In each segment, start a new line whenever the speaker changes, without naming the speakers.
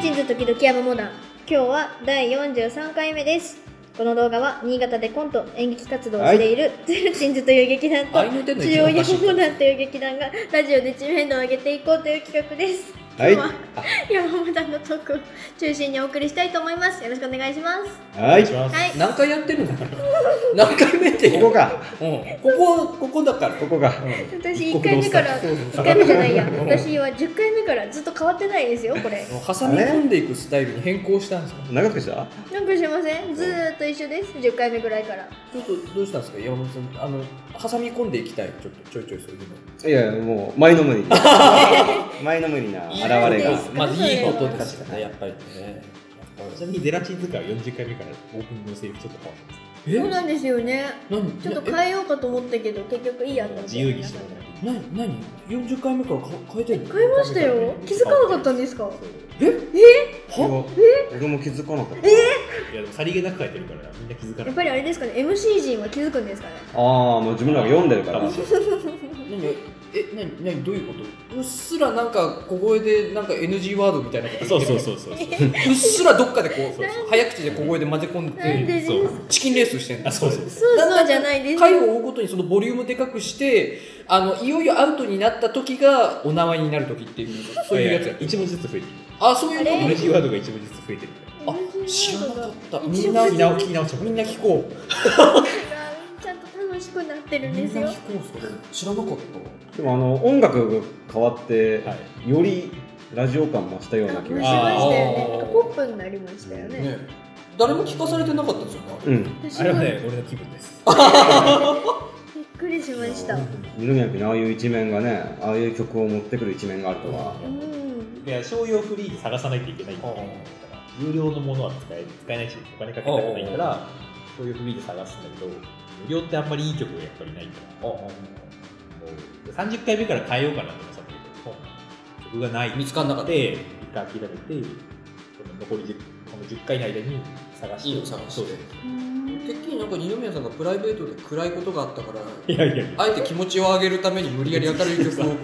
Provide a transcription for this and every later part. チンズ時々山モダン今日は第43回目ですこの動画は新潟でコント演劇活動をしているツルチンズという劇団と
あいの手の
中
一
央
番お
山
かしい
モダンという劇団がラジオで知名度を上げていこうという企画です
はい
今日は山モダンのトークを中心にお送りしたいと思いますよろしくお願いしま
は
お
い。
願
こ
します
はい
何回やってるんだから 何回目って
こか。
うん、ここここだから
ここか。
す私
一
1
国同
回目
士
から
そうそう
1
そう
回目じゃないや私は10回目からずっと変わってないですよこれ
もう挟み込んでいくスタイルに変更したんですよ
長くした
なんかしませんずーっと一緒です10回目ぐらいから
ちょっとどうしたんですか山本さんあの挟み込んでいきたいちょっとちょいちょいそういうの
いや、もう、前の無理。前の無理な現
あ
れ
そうで
が
す。か
まあいいことで
そ
す
れ
よ
は
ねやっぱりね
ちなみにゼラチンズカは40回目からオープニングのセリフちょっと変わってま
え
そうなんですよね
何
ちょっと変えようかと思ったけど結局いいやと思っ
す。
て
自由にしてもら
え何何40回目からか変えてるの
変えましたよ気づかなかったんですか
え
いや
は
俺も気づかなかった。
いやでもさりげなく書いてるからみんな気づか
や
な
っぱ
い。
りあれですかね MC 陣は気づくんですかね
ああ、もう自分らが読んでるから。
何え何何どういうことうっすらなんか小声でなんか NG ワードみたいなこと
そ
言っ
う
て
そ
る
うそうそう。
うっすらどっかでこう
そうそう
早口で小声で混ぜ込ん
なんでで
で
す
そう
チキンレースしてるん
あそうそう。
そうそうじゃないです
回を追うごとにそのボリュームでかくしてあのいよいよアウトになった時がお縄になる時っていうそういうやつや
一文字ずつ増えてる。
あそういう
あ
こ
れ
NG ワードが一文字ずつ増えてる。
とあ
MC
知らなか
が
った
一文字
みんな
聞き直し聞き直し
みんな聞こう
ちゃんと楽しくなってるん
み
で
ん
す
な
よ
聞こうそれ知らなかっ
でも、あの、音楽が変わって、
はい。
よりラジオ感増したよ
あ
うな
増し
気
まし
がした
よ
ま
ね
あー
なんかポップになりましたよ
た
ね
ね誰も聞かされてなかったんですよね
す。うん。
私
あれは
は
ね俺の気分です。
びっくりしました
二宮君にああいう一面がね、ああいう曲を持ってくる一面があるとは。
うん
いや商用フリーで探さないといけないんだから有料のものは使え使えないしお金かけたくないから商用フリーで探すんだけど無料ってあんまりいい曲がやっぱりないから。もう30回目から変えようかなって思ってたんだけど曲がない。
見つかんなかった
で、一回諦めて、その残り10、この10回の間に探して、
いいの探して
そう
うん
てっきりなんか二宮さんがプライベートで暗いことがあったから
いやいやいや、
あえて気持ちを上げるために無理やり明るい曲を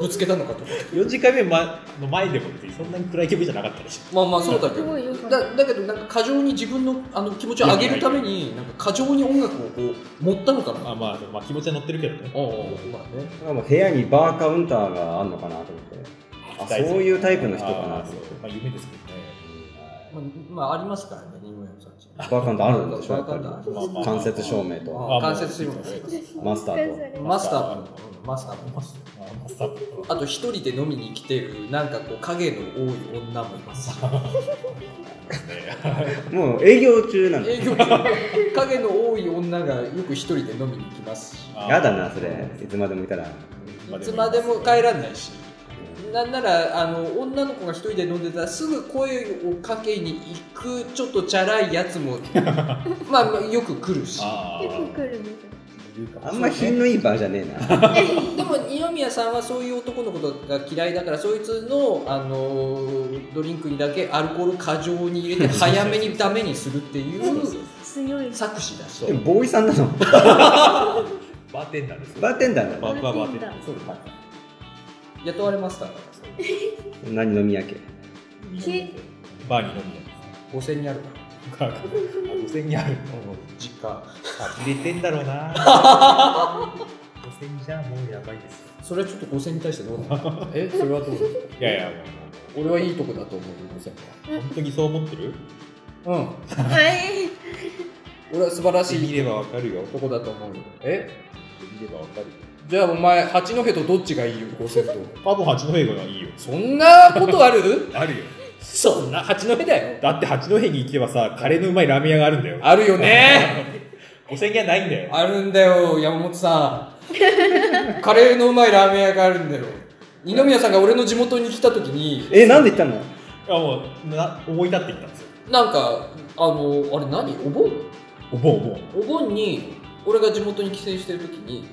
ぶつけたのかと
40回目まの前でも別にそんなに暗い曲じゃなかったでし
まあまあそうだけ
す
ど
ごいよかった
だだけどなんか過剰に自分のあの気持ちを上げるためになんか過剰に音楽をこう持ったのか
ょ。
な
まあまあ、まあ、気持ちは乗ってるけどね。
おうおうまあね
だからもう部屋にバーカウンターがあるのかなと思って。あ、そういうタイプの人かな
あ
と
そう
思って。
まあ、夢ですけどね。
まあ、まあ、ありますからね二宮さんち
バーカウンターあるんでしょ、やっぱ
バーカウンター
り。
まあまあ
間接照明と
あ関節するもんね
マスターと。
マスターもうんマスターも
まあまあさ
あと一人で飲みに来てるなんかこう影の多い女もいますし
もう営業中なんだ。
営業中影の多い女がよく一人で飲みに来ますし
あ
やだな、それ。いつまでもいたら。
いつまでも帰らないしなんならあの女の子が一人で飲んでたらすぐ声をかけに行くちょっとチャラいやつ もまあまあよく来るし
あ
よく
ー
来るんですよ
あんま品のいいバーじゃねえな。
でも二宮さんはそういう男のことが嫌いだからそいつの、あのードリンクにだけアルコール過剰に入れて早めにダメにするっていう
強い
作詞だし
でもボーイさんなの。
バーテンダーですよ
バーテンダーなの。
バーバーバーテンダー。
そうまあ雇われましたから
何飲み明け。
け
バーに飲み屋です。
5000にあるから
あ5000にあるの
実家
入れてんだろうな5000じゃもうやばいです
それはちょっと5000に対してどうなのえそれはどう なの
いやいや
俺はいいとこだと思う5000
本当にそう思ってる
はうん
はい
俺は素晴らし
手
い
見ればわかるよ
とこだと思うよえ
手見ればわかるよ
じゃあお前八戸とどっちがいいよ5000と
多分八戸がいいよ
そんなことある
あるよ
そんな八戸だよ
だって八戸に行けばさカレーのうまいラーメン屋があるんだよ
あるよね
5000円ないんだよ
あるんだよ山本さん カレーのうまいラーメン屋があるんだよ二宮さんが俺の地元に来た時に
え、なんで言ったの
あもうな思い立ってきたんですよ
なんかあのあれ何お盆
お盆お盆
お盆に俺が地元に帰省してる時に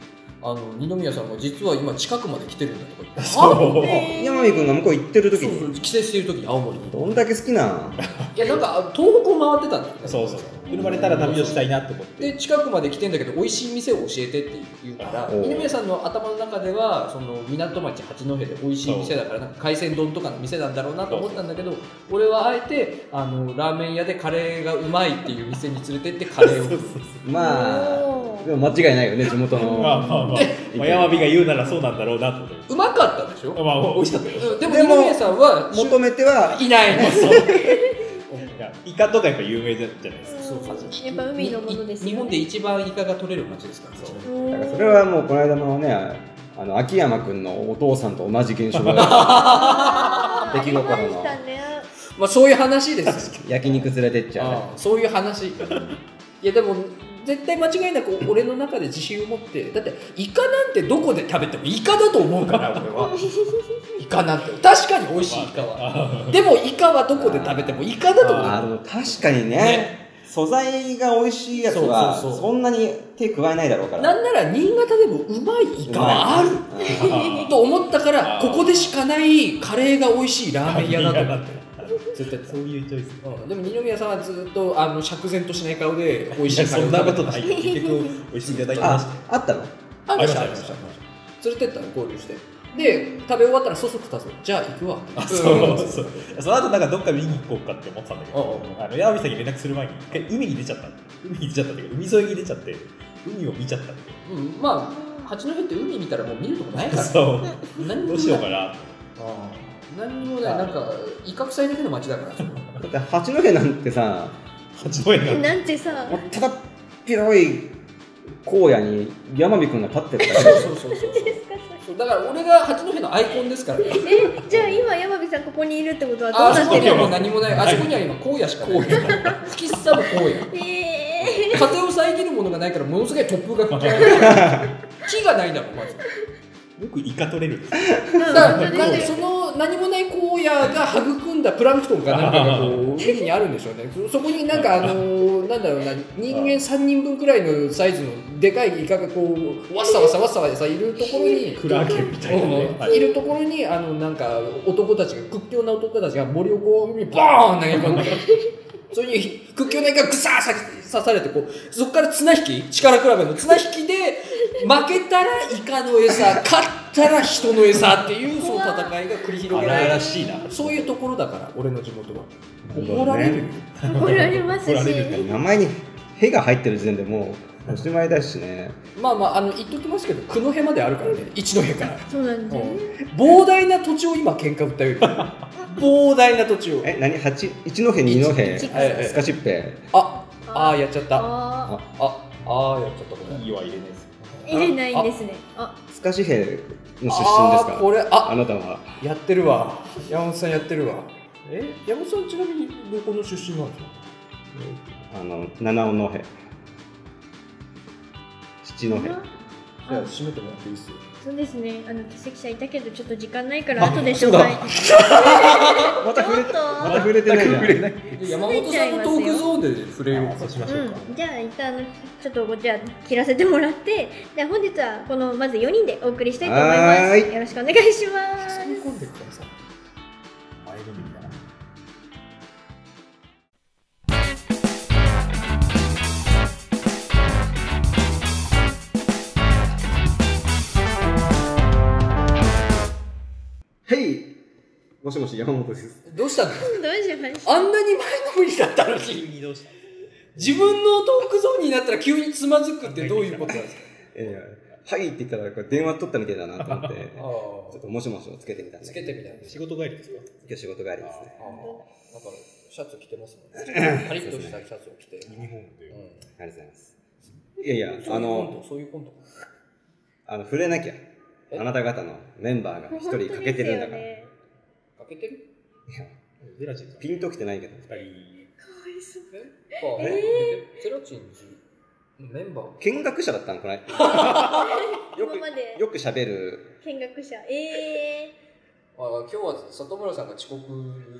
あの二宮さんが実は今近くまで来てるんだとか言って
そう
山見君が向こう行ってる
あ
時
そうそう
に。
帰省してる時に青森に
どんだけ好きなん
いやなんか東北を回ってたんだよね
そうそう車でただ旅をしたいなと思って。
で近くまで来てんだけど美味しい店を教えてって言うから
おう
二宮さんの頭の中ではその港町八戸で美味しい店だからなんか海鮮丼とかの店なんだろうなと思ったんだけど俺はあえてあのラーメン屋でカレーがうまいっていう店に連れてってカレーを食う
まあ
おー
でも間違いないよね地元の
まあまあまあ、まあ、山火が言うならそうなんだろうなと思って。
うまかったでしょ
まあ、美味しかったよ。
うんでも
でも
二宮さんは
求めてはい
ないの
いやイカとかやっぱ有名じゃないですか。
やっぱ海のものですよね
に日本で一番イカが取れる町ですからそう
おー
だからそれはもうこの間のねあの秋山君のお父さんと同じ現象 が
あー
出来心の
ありましたね
まあそういう話です
焼肉連れてっちゃうね
ああそういう話 いやでも絶対間違いなく俺の中で自信を持ってだってイカなんてどこで食べてもイカだと思うから俺はイカなんて確かに美味しいイカは
は。
でもイカはどこで食べてもイカだと思う
あーでも確かにね
ね
素材が美味しいやつは
そうそうそう
そんなに手加えないだろうから
なんなら新潟でもうまいイカはある
うん
と思ったから
あ
こ
ー
こでしかないカレーが美味しい ラーメン屋だと思う
て。
絶対
そういうチョイス。
うんでも二宮さんはずっとあの釈然としない顔で美味しい
や
カ
そ
レー
ん
を
な
食べて
こと
ま
な
し
い。結局美味しいいただきました。
ああったの
たありましたあ
あ
りま
りま
し
したた
連れてったの合流してで食べ終わったらそそくたぞじゃあ行くわ
あそう
うん
そう。その後なんかどっか見に行こうかって思ってたんだけど、あの山火さんに連絡する前に一回海に出ちゃった。海に出ちゃったんだけど、海沿いに出ちゃって海を見ちゃったんだよ
うんまあ八戸って海見たらもう見るとこないから
そう。
何にもな
どう
い
しようかな。
ああ何にもないなんか威嚇されだけの街だから
だって八戸なんてさ
八戸の。
なんてさ
もうただ広い荒野に山火君が立ってるだけ
そうそうそうそうそうだから俺が八戸のアイコンですから
えじゃあ今山火さんここにいるってことはどう
あ
な
そ
っ
こ
て
に
る
は
の
もう何もないあそこには今荒野しかない吹きすさぶ荒 野
え
風を遮るものがないからものすごい突風が吹き荒れる 木がないんだもんまず
よくイカ取れるんですよ。
ー、まあ
だ
本当
なん
で
です
よ
その何もない荒野が育んだプランクトンかなんかがこう海にあるんでしょうねそそこになんかあのーなんだろうな人間3人分くらいのサイズのでかいイカがこうわっさわっさわっさわっさいるところに
クラーケンみたいなね。はい
いるところにあのなんか男たちが屈強な男たちが森をこう海にボーン投げ込んでそれに屈強なイカがグサー刺されてこうそこから綱引き力比べの綱引きで負けたらイカの餌勝ったら人の餌っていうその戦いが繰り広げら
荒
れる
々しいな。
そういうところだから俺の地元は
なるほ
怒
どね
られるよ
怒られますし
怒られるか
ど 名前に「へ」が入ってる時点でもうおしまいだしね
まあまああの言っときますけど九戸まであるからね一戸から
そうなんですよね
膨大な土地を今喧嘩売ったより膨大な土地を
え何八一戸二戸
一
はいはい
スカシッペ
ああーやっちゃった
あ
あ、あーやっちゃったこれ。
いいは入れないです。
ー入れないんですねあ
スカシヘの出身ですか
あーこれ、
あ
あ、
なたは
やってるわ。山本さんやってるわ。え、山本さんちなみにどこの出身なんですか。
あの七尾のへ七のへ
じゃあ
あ
閉めてもらっていいですよ。
そうですねあの欠席者いたけどちょっと時間ないから後で紹介
また触れ
ちょっと
また触れてないじゃん
ない。
山本さんのトークゾーンで触れよう
そうしましょうか。
うん、じゃあ一旦あのちょっとごじゃあ切らせてもらってじゃあ本日はこのまず4人でお送りしたいと思い
は
ま
ー
す
い
よろしくお願いします
挟み込んでください。
前のめりだな。
はいもしもし山本です
どうしたの？
どうしましょう
あんなに前のめりだったのに。
にどうした
自分のトークゾーンになったら急につまずくってどういうことなんですか。
いやいやはいって言ったらこれ電話取ったみたいだなと思 って
あ
ちょっ
あ
ともしもしをつけてみたんだ
つ
けど
けてみたいです。
仕事帰りですか
今日仕事帰りですね
ああ、なんかシャツ着てますもん ね。パリッとしたシャツを着て。
ユニフォーム
あ
う
で。
りがとうございますいやいや
ん。そう
あ
いうコン
の
ト、そういうコント。
あの触れなきゃ
え
あなた方のメンバーが一人欠けてるんだから、
かけてる。
ゼラチンさん。
ピンときてないけど
二人。
あ
え
えゼラチンズのメンバー
見学者だったのこれよ
よ今まで
くよく喋る
見学者ええ
あ今日は里村さんが遅刻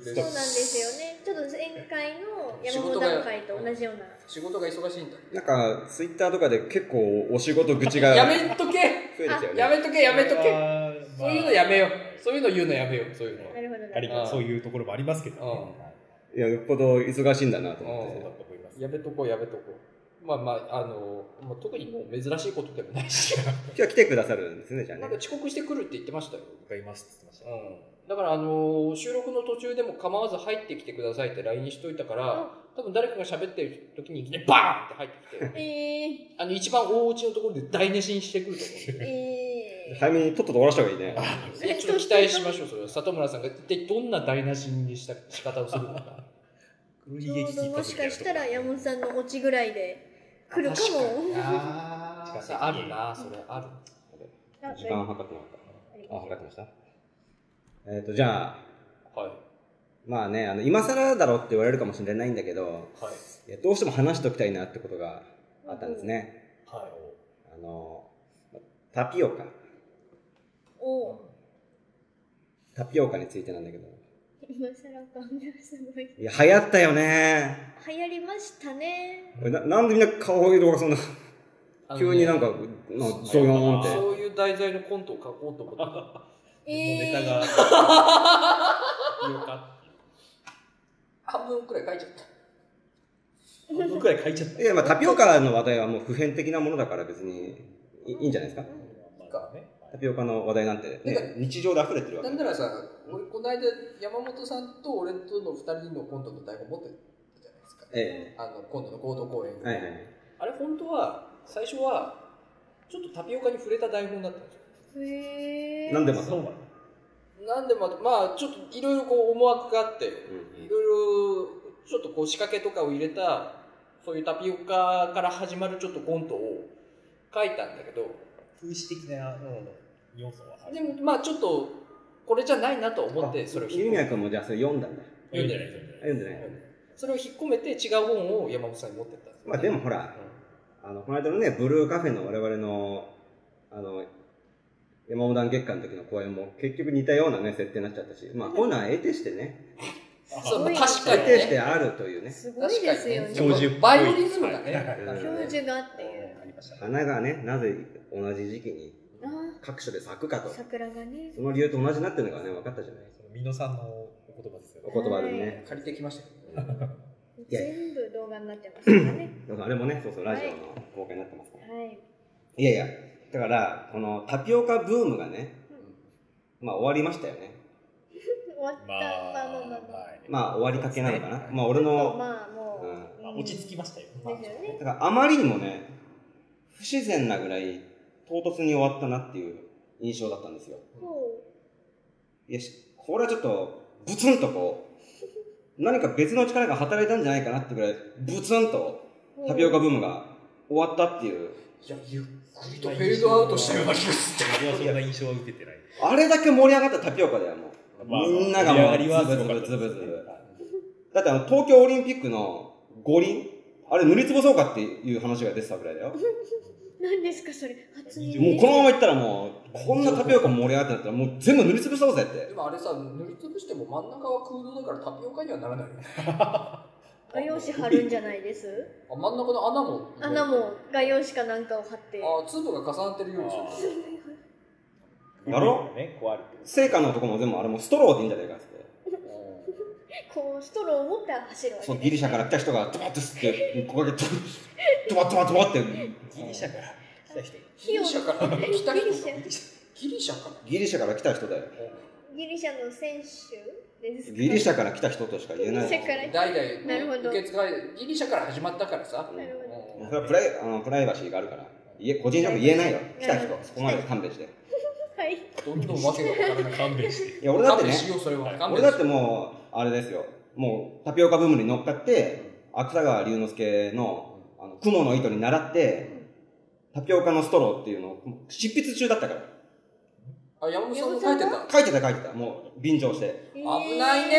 で
ー、
す
そうなんですよねちょっと前回の山本段階と同じような
仕事が忙しいんだ
なんかツイッターとかで結構お仕事愚痴が
や
増
めとけ
えてたよね
やめとけやめとけ
け
そういうのやめようそういうの言うのやめようそういうの
なるほどな
そういうところもありますけどね。
うん
はい
いやよっぽど忙しいんだなと
う
思
ん
って
そうだと思います。
やめとこう、やめとこう。まあまあ、あの、まあ、特にもう珍しいことでもないし、
今日は来てくださるんですね、じゃあ
な
ね
んか。遅刻してくるって言ってましたよ。
伺いますって言ってました。
うん。だから、あの、収録の途中でも構わず入ってきてくださいって LINE しといたから、多分誰かが喋ってる時にいきなりバーンって入 ってきて、
えー、
あの、一番大落ちのところで台無しにしてくると思うんで。
えー、
早めにとっとと終わらした方がいいね。
え
ちょっと期待しましょう、それは。里村さんが一体どんな台無しにした仕方をするのか。
黒
ち
ひげ
ょ
危
う
機
どもしかしたら山本さんのオチぐらいで来るかも。
あ
ー
あるな、それある。
あ
時間計ってなかった。あ、計ってました。えっ、と、じゃあ、
はい。
まあね、あの、今更だろって言われるかもしれないんだけど、
はい。
いやどうしても話しておきたいなってことがあったんですね。
はい。
あの、タピオカ。
おう
タピオカについてなんだけど。
今更感がすごい。
いや、流行ったよね。
流行りましたね。
これななんでみんな顔色がそんな、急になんか、なんかそういう
あ
の
の
っ
ね、
て。
そういう題材のコントを書こうと思って
え
ネタが。
ー、
よか
た。半分くらい書いちゃった。
った。半分くらい書いちゃった。
いや、まあタピオカの話題はもう普遍的なものだから別にいいいんじゃないですか。
まあね。
タピオカの話題なんて、ね、日常で溢れてるわけ
なんならさ、俺、この間、山本さんと俺との二人のコントの台本持ってたじゃないですか。
え
あの、今度の合同公演
え。はいはいはい。
あれ、本当は、最初は、ちょっとタピオカに触れた台本だったんですよ。
えー、
なんでも
そうなの。
なんでまた、まあ、ちょっといろいろこう思惑があって、いろいろちょっとこう仕掛けとかを入れた、そういうタピオカから始まるちょっとコントを書いたんだけど、
風刺的な要素はある。
でもまあちょっと、これじゃないなと思って、それを
ゆみ
引っ
やくんもじゃあそれ読んだんだ。
読んでない読んでない。
読んでない。
それを引っ込めて違う本を山本さんに持ってったんですよ
まあでもほら、あの、この間のね、ブルーカフェの我々の、あの、山本団月間の時の公演も結局似たようなね、設定になっちゃったし、まあこういうのは得てしてね、
うん
すごい
そう確か
得
に
てして
ね。
あるというね、
すごい
確
で
か
すよ
に
ね。
ね。そ
教
う
教授っぽい
バイオリズムがね。
はい
授がっていう。
ありました。
花がね、なぜ同じ時期に
あ
各所で咲くかと
あ、、桜がね。
その理由と同じになってるのがね、分かったじゃない
その美濃さんのお言葉ですよ
お
ね。
言葉でね。
借りてきましたけどね。
いや
全部動画になってますからね。
だからあれもね、そうそう、ラジオの公開になってますから。
はい。
いやいや、だから、このタピオカブームがね、まあ終わりましたよね。
終わった。ま
まあ
あまあまあまあ。
まあ終わりかけなのかな。まあ
ち
俺
ょっと
の、
まあもう、
まあ、落ち着きましたよ。
まですよね。
だからあまりにもね、不自然なぐらい唐突に終わったなっていう印象だったんですよ。
こ
いや、しこれはちょっと、ブツンとこう、何か別の力が働いたんじゃないかなってぐらい、ブツンと
う
タピオカブームが終わったっていう、
いや、ゆっくりとフェードアウトしたような気がする。
俺はそんな印象は受けてない。
あれだけ盛り上がったタピオカだよ、もう。みんながもう、
盛り上がりは
ズ
す
ブ
ご
ズブ
かった
ズ
です
ブ
ね
ズブ。だってあの、東京オリンピックの五輪、あれ塗りつぶそうかっていう話が出てたぐらいだよ。もう
う、何ですかそれ。初
以上
耳。
このままいったらもう、こんなタピオカ盛り上がってなったらもう全部塗りつぶそうぜって
で。もあれさ、塗りつぶしても真ん中は空洞だからタピオカにはならないよね。
画用紙貼るんじゃないです
あ真ん中の穴も
穴も画用紙かなんかを貼って。
あ粒が重なってるようにする
やろ
ね、壊れてる。
聖火のとこも全部あれもうストローでいいんじゃないかっつって。
こう、ストローを持って走るわけです
そう
ね
ギリシャから来た人がドバッと吸って、ここだけドバッドバッドバッって。
ギリシャから来た人。
ギリシ ャから来た人
ギリシャ
ギリシャか
ギリシャから来た人だよ。
ギリシャの選手ですか
ギリシャから来た人としか言えない。
ギリシャから
ら代
なるほ
々
ど
受け継がれギリシャから始まったからさ
うん
なるほど
それはプライあのプライバシーがあるから。いえ個人情報言えないよ。来た人、そこまで勘弁して。
はい。
どんどんわけが分からない
勘弁して。
いや、俺だって
勘
ね
弁、しようそれは勘弁
俺
し
だってもう、あれですよ。もう、タピオカブームに乗っかって、芥川龍之介の、あの、雲の糸に習って、タピオカのストローっていうのを、執筆中だったから。
あ山本さんも書いてた
書いてた書いてた。もう、便乗して。
危ない
え
ね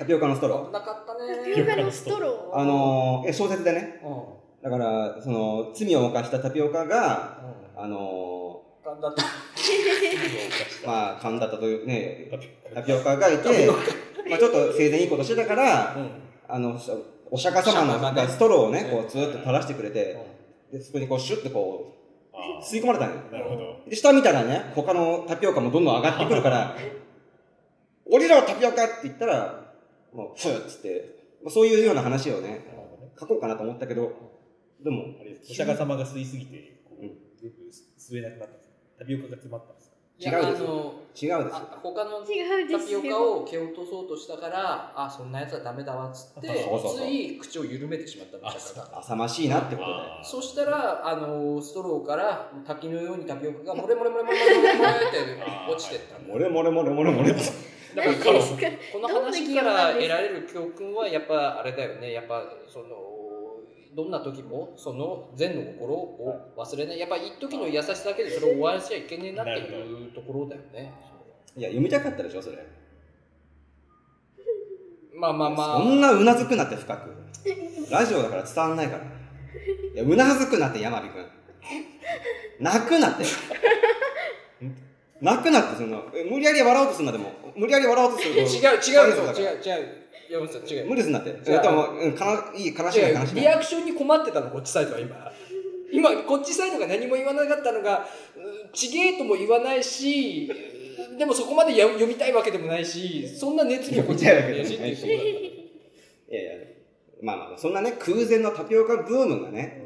タピオカのストロ
危なかった
ー。タ
ね
ピオカのストロ
ー。
ー。
あのー、え、小説でね。
うん
だから、その、罪を犯したタピオカが、あの
うんだった
ー、まあ、神田というね、タピオカがいて、まあ、ちょっと生前いいことしてたか
う
ら、
ん
あの、お釈迦様のがストローをね、こう、ずーっと垂らしてくれて、で、そこにこう、シュッてこう、吸い込まれたのよ。
なるほど。
で、下見たらね、他のタピオカもどんどん上がってくるから、降りろタピオカって言ったら、もう、ふーっつって、まあそういうような話をね、書こうかなと思ったけど、でも、
あれですお釈迦様が吸いすぎて、こう、全部吸えなくなったんですタピオカが詰まったんです
いや
違う
あ
です違
の
うですよ。
あ他の
違うで
タ
す
ピ
よ
オカを蹴落とそうとしたからあそんなやつはダメだわっつって
そうそうそう
つい口を緩めてしまったの
あ
お釈迦が
浅ましいなってことで。
そしたら、あのストローから滝のようにタピオカがもれもれもれもれもれもれって落ちてったんだ
もれもれもれもれもれって。
だ
何
から
ですか
この話から得られる教訓はやっぱあれだよねやっぱそのどんな時もその善の心を忘れないやっぱ一時の優しさだけでそれを終わらせちゃいけねえなっていうところだよね
いや、読みたかったでしょ、それ。
まあまあま
そ
あ
んなうなずくなって深く。ラジオだから伝わんないから。いや、うなずくなって、山火くん。泣くなって。泣くなって、その、え無理やり笑おうとするな、でも。無理やり笑おうとすると。
違う違う
だから
違う違う山本さん違う
無理すんなって。
違う
えっと、もう、うん、かないい、悲しい
違
な、悲し
う
い
リ
な。
アクションに困ってたのこっちサイドは今今こっちサイドが何も言わなかったのがうんちげえとも言わないしでもそこまでや読みたいわけでもないしそんな熱量こっちからねえしっていうところだった
いやいや、まあまあ、そんなね、空前のタピオカブームがね、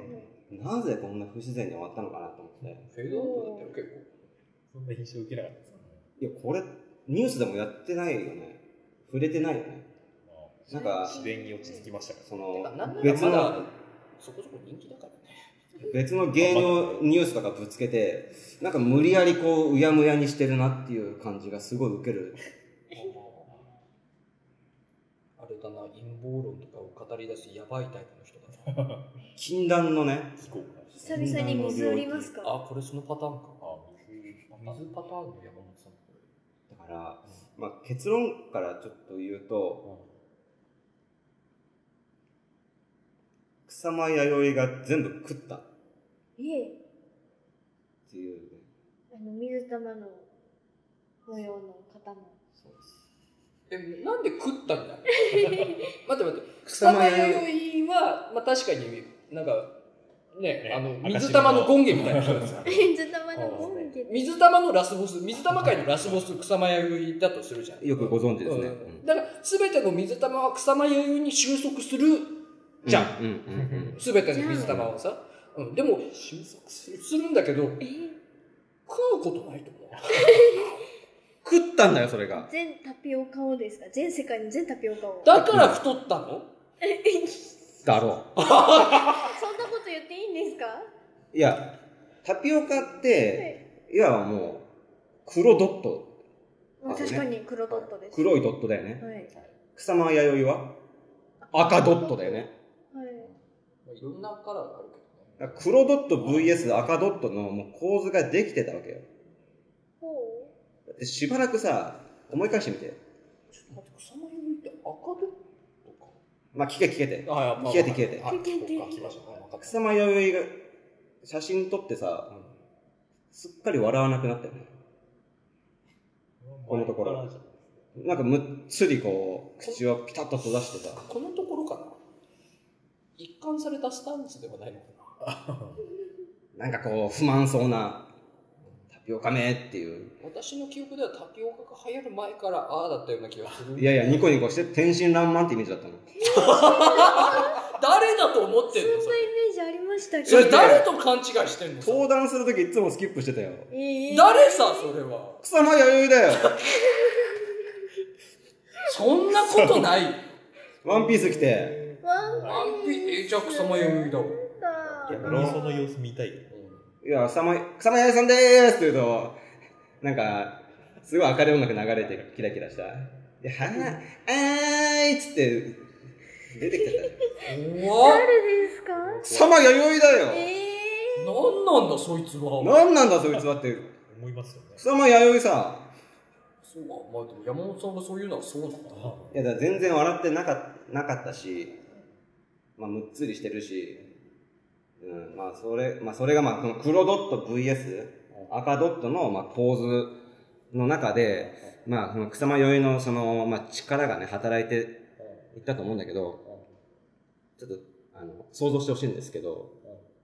なぜこんな不自然に終わったのかなと思って。
フェードアウトだったよ結構
そんな印象受けなかったですね。
いや、これ、ニュースでもやってないよね。触れてないよね。
まあ
なんか、
自然に落ち着きましたから。
そ
てか
の
なんな、ら
別
まだ
の、
そこそこ人気だからね
別の芸能ニュースとかぶつけて、なんか無理やりこう、うやむやにしてるなっていう感じがすごい受ける。
あれだな陰謀論とかを語り出すやばいタイプの人だな
禁断のね、
気候が。
久々に水売りますか
あこれそのパターンか
あ、水
水パターンの山本さん
だから、まあ結論からちょっと言うと、草間弥生が全部食ったっ
いえ
ていうね。
あの水玉の模様の方も
そうです。
えなんで食ったんだ待って待って
草
草
間
間
弥生。
弥生は、まあ、確かになんかね
ね
あの水
赤白
玉
の
の権限みたいな人ですよ
水玉のゴンゲ
水玉のラスボス水玉界のラスボス草間弥生だとするじゃん
よくご存知ですね。
うんだから全ての水玉は草間弥生に収束するじゃん、
うんうんうん
全ての水玉はさ、うん、でも収束するんだけど
え
食うことないと思う
食ったんだよ、それが。
全タピオカをですか全世界の全タピオカを
だから太ったの
だろ
そんなこと言っていいんですか
う。いや、タピオカっ
は
て、
い、
いやもう、黒ドット、
まあ、確かに黒ドットです、
黒いドットだよね。
はい、
草間弥生は赤ドットだよね。
はい、
まあいろんなカラーがあるけ
だ
ど
か
ね
ら黒ドット VS 赤ドットのもう構図ができてたわけよ。
ほ
だってしばらくさ、思い返してみて。
ちょっと待って草間弥生って赤でとか
まあ、聞け聞けて。
あやっ
消えて消えて
はい
消えて
そっか来ましたね赤
草間弥生が写真撮ってさ、すっかり笑わなくなったよね。このところなんかむっつりこう、口をピタッと閉ざしてさ。
このところかな一貫されたスタンスではないのかな
なんかこう、不満そうな、タピオカめっていう。
私の記憶ではタピオカが流行る前からああだったような気がする
いやいや、ニコニコして天真爛漫ってイメージだったの。
誰だと思っ
うそ
て
ん
んのそ
なイ
れ
メージありましたけど
それ誰と勘違いしてんの
登壇するときいつもスキップしてたよ。
えー、
誰さそれは
草間弥生だよ。
そんなことない
ワンピース着て。
ワン
アンピえじゃあ草間弥生だろ
だ
逆にその様子見たいよね。
いや、草間、草間弥生さんでーすって言うと、なんか、すごい明るい音楽流れてキラキラした。で、はぁ、あーいっつって、出てきてたよ。
怖っ
誰ですか
草間弥生だよ
え
何なんだそいつは
なんなんだそいつはって。
思いますよね。
草間弥生さ、
そうかまあでも山本さんがそういうのはそうなんだない
や、だから全然笑ってなかなかったし、まあ、むっつりしてるし、うん、まあ、それ、まあ、それがまあ、この黒ドット VS、赤ドットの、まあ、構図の中で、まあ、その草間酔いの、その、まあ、力がね、働いていったと思うんだけど、ちょっと、あの、想像してほしいんですけど、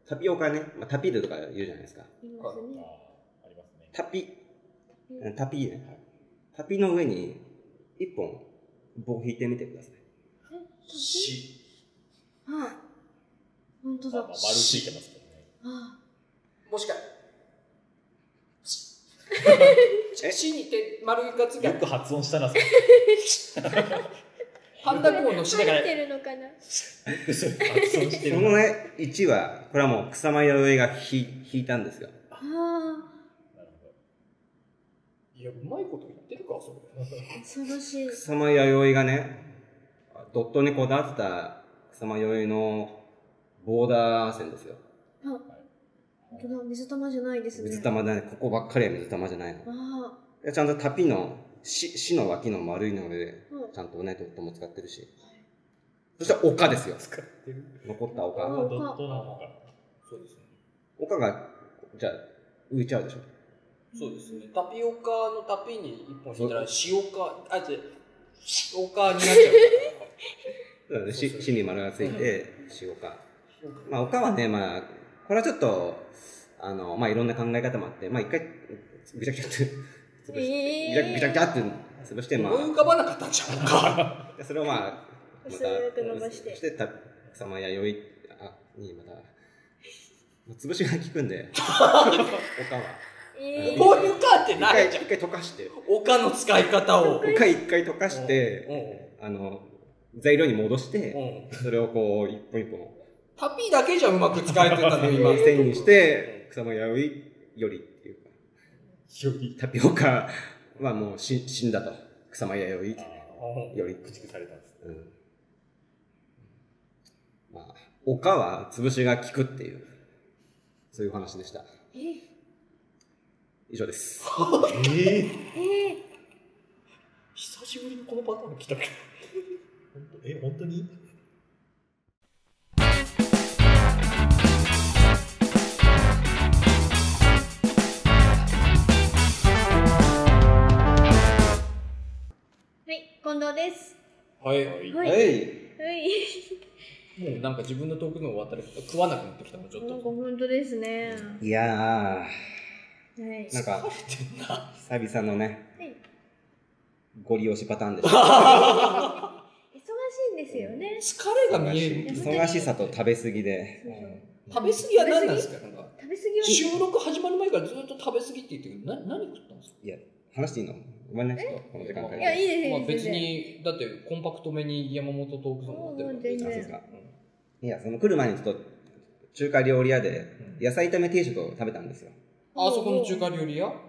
タピオカね、まあ、タピールとか言うじゃないですか。
ー、いますね
ありますね。
タピ、タピーね。タピの上に、一本、棒を引いてみてください。
し
はい本当
まあ、まあ
だ
丸。ついてますけどね。
あ
もし か。C にて丸いガツが
よく発音したな、それ
パンダコーンの下か
入
ら
ってるのかな。
発音して
そ
る
の
な。
ね、1は、これはもう草間弥生がひ引いたんですよ。
ああ
いや、うまいこと言ってるか、それ。
ー、恐ろしい。
草間弥生がね、ドットにこだわってた草間弥生のボーダー線ですよ。
本当だ、水玉じゃないですね。
水。玉だね、ここばっかりは水玉じゃないの。い
あ
やちゃんとタピの、し、しの脇の丸いので、
あ、うん
ちゃんとね、ドットも使ってるし。そして丘ですよ。
使ってる。
残った
あ、
丘。
ドットなのか。
そうですね。
丘が、じゃあ、浮いちゃうでしょ。
そうですね。タピオカのタピに一本引いたら、塩か、あ、違う、塩かになっちゃうから。
だから
そうそう
し、しに丸がついて、し丘。 まあ、丘はね、まあ、これはちょっと、あの、まあ、いろんな考え方もあって、まあ、一回、ぐちゃぐちゃって、潰して、
え
ぐちゃぐちゃぐちゃって潰して、ま
思い浮かばなかったんじゃんか。
あ、それをまあ、また、
薄く伸ばして
そして、た草間弥生あに、また、まあ潰しが効くんで、丘は。
え
も
思
う
い浮かんで
一
な
回、
いじゃん
一。回溶かして、
丘の使い方を。
一回一回溶かし
う
て、
ん
あの、材料に戻して、
うん
それをこう、一本一本、
タピだけじゃうまく使えてたの、今
今。線にして草間弥生よりっていうか
より。
タピオカはもうし死んだと草間弥
あ
うん
生より、
ー駆逐されたんです。
うん、まあ丘は潰しが効くっていうそういうお話でした
え
以上です
ええ。
え
久しぶりにこのパターン来たけど。
え、本当に
はい、近藤です。
はい。
は。
はいい
はい。
もうなんか自分の遠くの終わったら食わなくなってきたもん、ちょっ
なんか
と。
本当ですね。
いや
はい
ー。なんか
食べてんな。
久々のね
はい
ゴリ押しパターンでした
忙しいんですよね。
疲れが
忙
見
し
え
い
る。
忙しさと食べ過ぎで
うん食べ過ぎは何なんですかなんか
食べ過ぎは
収録始まる前からずっと食べ過ぎって言ってるけど、な何食ったんですか
話していいのごめんねちょっとこの時間
い
帯
や、いいですよ。
ま
いい
あ
です
別
よ。
に、だってコンパクトめに山本トークゾーン持ってる
全然
あそうですかいやその来る前にちょっと中華料理屋で
うん
野菜炒め定食を食べたんですよ
あそこの中華料理屋い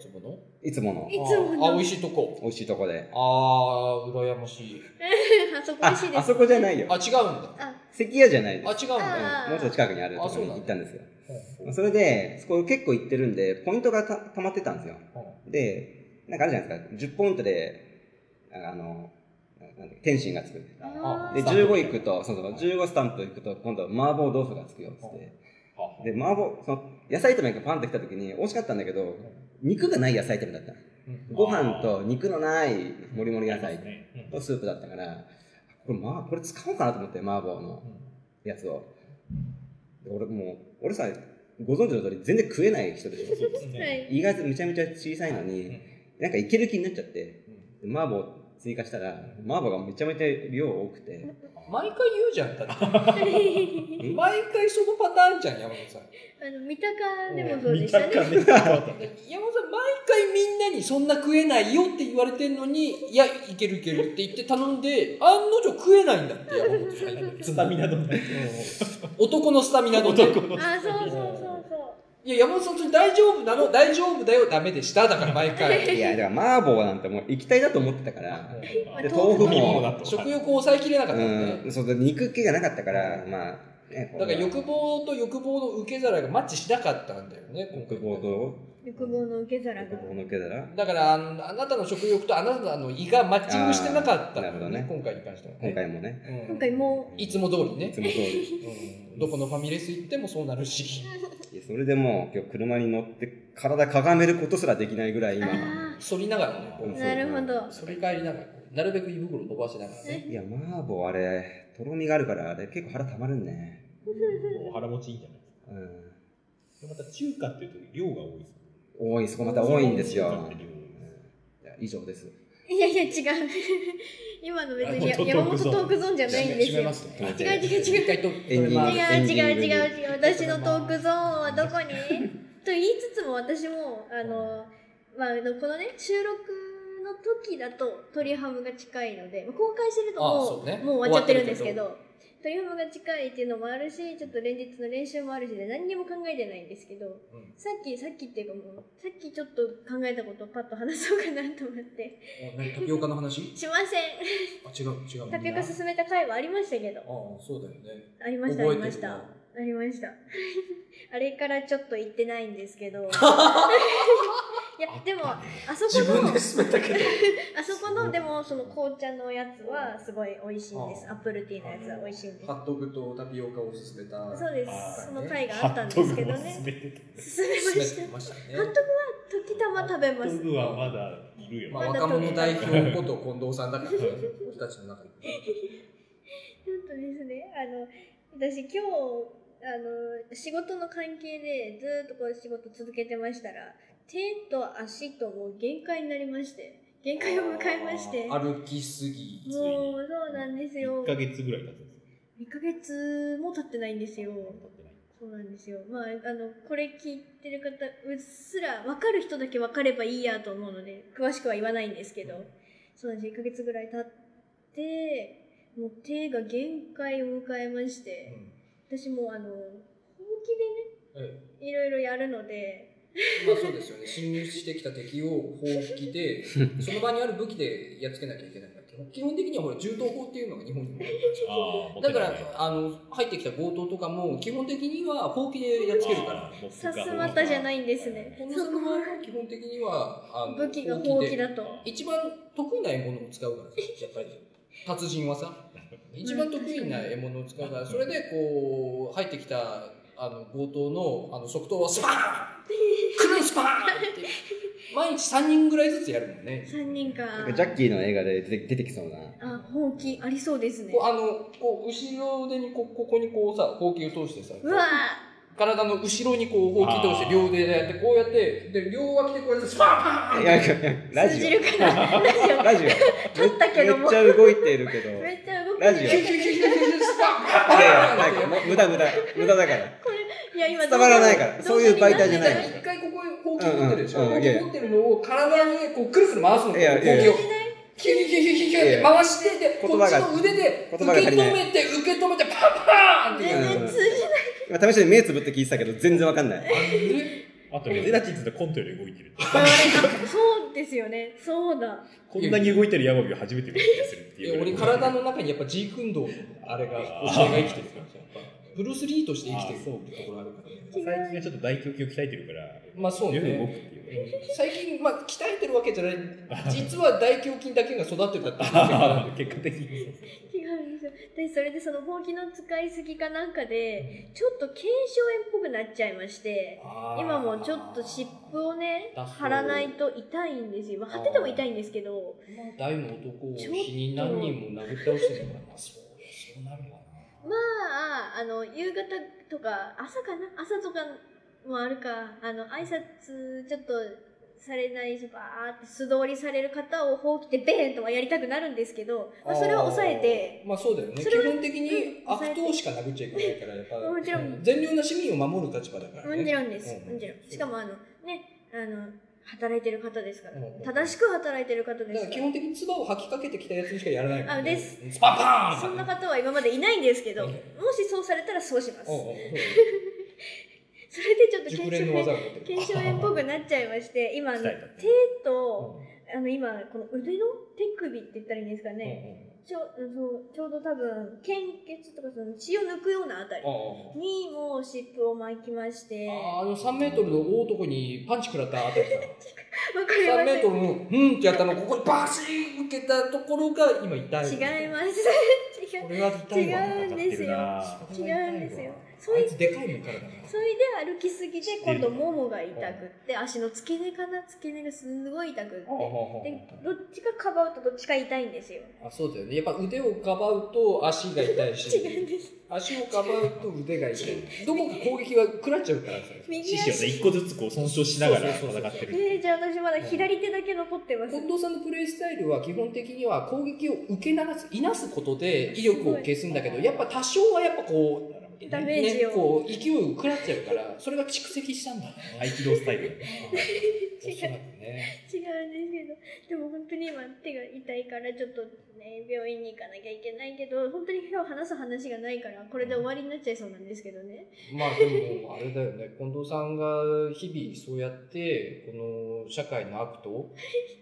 つもの
いつもの
いつもの
ああ、美味しいとこ。
美味しいとこで。
あー、羨ましい。
あそこ美
あ
味しい、です。。
あそこじゃないいよ
あ、。違うんだ。
あ、
関屋じゃないで
あ、
す。
違うんだ。
あ
うんもうちょっと近くにあると
あ
こ
そう
ろ
な
に
んだ
行ったんですよ。
うん
それで、そこ結構行ってるんで、ポイントがた溜まってたんですよ。で、なんかあるじゃないですか。10ポイントで、あの、なんだ天津がつく。で、
あー
で
15行くと、そうそう、15スタンプ行くと、今度は麻婆豆腐がつくよ、つって。
あ
で、麻婆、その、野菜炒めがパンってきた時に、美味しかったんだけど、肉がない野菜炒めだったの。
うん
ご飯と肉のないもりもり野菜
ね。
うん
とスープだったから、これ、まあ、これ使おうかなと思って、麻婆の。やつを。で俺もう、俺さ、ご存知の通り全然食えない人でしょ。
は
ね
い。
胃がめちゃめちゃ小さいの
うん
に、なんかいける気になっちゃって、で麻婆追加したら、麻婆がめちゃめちゃ量多くて、
毎回言うじゃん、だって。毎回そのパターンじゃん、山本さん。
あの、三鷹でもそうで
見
したたね。
かね。
山本さん、毎回みんなにそんな食えないよって言われてんのに、いや、いけるいけるって言って頼んで、案の定食えないんだって、山本さん。
スタミナのね。
男のスタミナとね。
あ、そうそうそうそう。
いや、山本さん、それ大丈夫なの大丈夫だよ、ダメでした。だから毎回。
いや、だから麻婆なんてもう液体だと思ってたから、
まあ
で、
豆
豆
腐
腐
も
も、
食欲を抑えきれなか
う
ったのね。
ん、そうだ肉気がなかったから、まあ、ね、
だから欲望と欲望の受け皿がマッチしなかったんだよね、今回
欲望と、
欲望の受け皿が
欲。望の受け皿
だからあの、あなたの食欲とあなたの胃がマッチングしてなかったんだよ
あーなるほどね
今回に関してはね。
今回もね、
うん
今回も
いつも通り
い
ね
つ。も通り。
うんどこのファミレス行ってもそうなるし。
いやそれでもう今日車に乗って体かがめることすらできないぐらい今、
あ
反りながらね、こ
う
あ、
ん
う
なるほど。
反り返りながら、なるべく胃袋伸ばしながらね。
いや、麻婆あれ、とろみがあるから、あれ結構腹たまるんね。
お腹持ちいいんじゃないですか。
うん。
でまた中華って言うと量が多いですよね
多い、そこまた多いんです
中華っ
よ
て。量多いです
以上です。
え
いやいや、違う。 今の別に
あもう
山本
ト
ト
ー
ーク
ク
ゾーンじゃないんです
閉め
よ
ま。すね。
違う違う違う。
一回と
エンディング
違う
まあ
違う違う違う私のトークゾーンはど こにと言いつつも私もあの、まあ、あのこのね収録の時だと鳥ハムが近いので公開してると
あ
も
そううね
もう終わっちゃってるんですけど鳥ハムが近いっていうのもあるしちょっと連日の練習もあるしで何にも考えてないんですけど、
ん
さっきさっきっていうかもうさっきちょっと考えたことをパッと話そうかなと思 って
あ何タピオカの話
しません
あ違う違う
タピオカ進めた回はありましたけど
ああそうだよね
ありました、あ
覚え
り
てる
ました。ありました。 あれからちょっと行ってないんですけど。いや、でも、あそ
自
この
分で、進めたけど
あそこの、でも、その紅茶のやつはすごい美味しいんです。
あ
アップルティーのやつは美味しいんです
ハ。ットグとタピオカを進めた
そうで
あー
す。その回があったんですけど
ハット
ね。
グも進めて
進めま
進
し
めて
た。
ましたね
ハットグは時たま食べ
た
ま
ハ
す
ット。グはまだいるよ、
まあ、
まだ
若者代表こと近藤さんだからね、俺たちの中に。
ちょっとですね、あの、私今日、あの、仕事の関係でずーっとこう仕事続けてましたら、手と足ともう限界になりまして、限界を迎えまして、もう
歩きすぎ。
そうなんですよ。
1ヶ月ぐらい経つんですよ
1ヶ月も経ってないんですよ。
経ってない
そうなんですよ。まあ、あの、これ聞いてる方、うっすら分かる人だけ分かればいいやと思うので、詳しくは言わないんですけど、そうなんです。1ヶ月ぐらい経って、もう手が限界を迎えまして、私もあの、ほうき
え
でね、いろいろやるので、
えまあそうですよね。侵入してきた敵をほうき で、その場にある武器でやっつけなきゃいけないんだけど、基本的にはほら、銃刀法っていうのが日本にもある
あー持っ
だ
て
か
ない
ら、あの、入ってきた強盗とかも、基本的にはほうきでやっつけるから。
あー持って
さすまたじゃないんですね。
この作は基本的には、あの、
武器がほうきだと。
一番得意な獲物を使うからさ、やっぱり。達人はさ、一番得意な獲物を使うから、それでこう、入ってきた、あの、強盗の、あの、即答はスパーン黒いスパーンって、毎日3人ぐらいずつやるもんね。
3人か。
ジャッキーの映画で出て出てきそうな。
あ、ほうきありそうですね
こ。う、あの、こう、後ろ腕にこ、ここにこうさ、ほうきを通してさ、
うわ
体の後ろにこう、ほうき通して両腕でやって、こうやって、で、両脇でこうやって、スパーン
いやいやいやラ
ぁ通じ
ジ
るかなラジ
オ。ラジオ。
撮ったけども
めっちゃ動いてる けど。い
オ
や
め
い
っちゃ動く
ラジオ
キュキュキュキュキュキュスパ
や、
ーン
なん
って
か。もう無駄無駄。無駄だから。
いや、今
伝わらないから
動画
そういう媒体じゃな
動画
い
に
一回ここにほうき持ってるでしょ。
うんうん
ほ
う
うん
い
き
やいや
持ってるのを体にこうくるくる回すの。ほう
いやいやい
き
や
を。キュキュキュキュキュキュって回してで、こ
言
っ
葉
ち
が
の腕で受
言葉が足
け止
りない
めて、受け止めて、パンパーンって
全
やる。
然通じない。
今試しに目つぶって聞いてたけど、全然わかんない。
あと、ゼラチンズでコントより動いてる。
あそうですよね。そうだ。
こんなに動いてるヤマビを初めて見た気がするって
い
いう。
や俺体の中にやっぱ G 運動のあれが、教えが生きてるからさやっぱブルース・リーとして生きてる
あ
と
そう
ころあるからね。
最近はちょっと大胸筋を鍛えてるから、
まあそうね
よく動くっていう。
最近、まあ鍛えてるわけじゃない。実は大胸筋だけが育ってたっていうだけなんだけど
結果的に。
違うんですよ。で、それでそのほうきの使いすぎかなんかで、ちょっと腱鞘炎っぽくなっちゃいまして、今もちょっと湿布をね、
だそう
貼らないと痛いんですよ。まあ貼ってても痛いんですけど、
大の男を
ち
日
ょっと
に何人も殴って倒してるから、まあそうよ、そうなるわ
まあ、あの、夕方とか、朝かな朝とかもあるか、あの、挨拶ちょっとされないし、ばーって素通りされる方をほうきでベーンとはやりたくなるんですけど、ま
な。
あ、それは抑えて、、
まあそうだよね。
そ
基
れは
本的に
うん抑え
悪
て
党しか殴っちゃいけないから、やっぱ、
もちろん
善良な市民を守る立場だからね。
もちろんです。
う
もちろん。しか
も、
も、あの、ね、あの、働いてる方ですから
うんうん。
正しく働いてる方で
だか
すか
ら基
ら。
本的に唾を吐きかけてきたやつにしかやらないから、
あです。
スパンパーン
そんな方は今までいないんですけど、
うん
もしそうされたらそうします。
おうおう
それでちょっと
熟
検
練
証
の
炎、
技が持ってる。
検証炎っぽくなっちゃいまして、今、あの
鍛えたって
手と、あの今この腕の手首って言ったらいいんですか
うん
ね、ちょそうちょうど多分献血とかその血を抜くようなあたり
うんうんうん
にもう湿布を巻きまして
あーあの3メートルの大男にパンチ食らったあたりさ。
わか
3メー
り
ト
ま
ルの、うんってやったの、ここにバシーン受けたところが今痛
す
い。
違い ます違う
これは痛いわ。
違うんですよ
これは痛いわ
違うんですよ
あいつでかいもんからだな。
それで歩きすぎて今度ももが痛くって足の付け根かな付け根がすごい痛くってでどっちかかばうとどっちか痛いんですよ
あ、そうだよね。やっぱ腕をかばうと足が痛い
違うん
し、
です
足をかばうと腕が痛い。どこか攻撃が食らっちゃうからさ。
右
獅子をね、
足
一個ずつこう損傷しながら戦ってる。
でじゃあ私まだ左手だけ残ってます。
近藤さんのプレイスタイルは基本的には攻撃を受け流す、いなすことで威力を消すんだけど、やっぱ多少はやっぱこう、
ダメージを
ね、こう勢いを食らっちゃうから、それが蓄積したんだね。
合気道スタイル。
おそらくね。
違うんですけど、でも本当に今手が痛いからちょっとね、病院に行かなきゃいけないけど、本当に今日話す話がないから、これで終わりになっちゃいそうなんですけどね。
まあでも、あれだよね。近藤さんが日々そうやって、この社会の悪と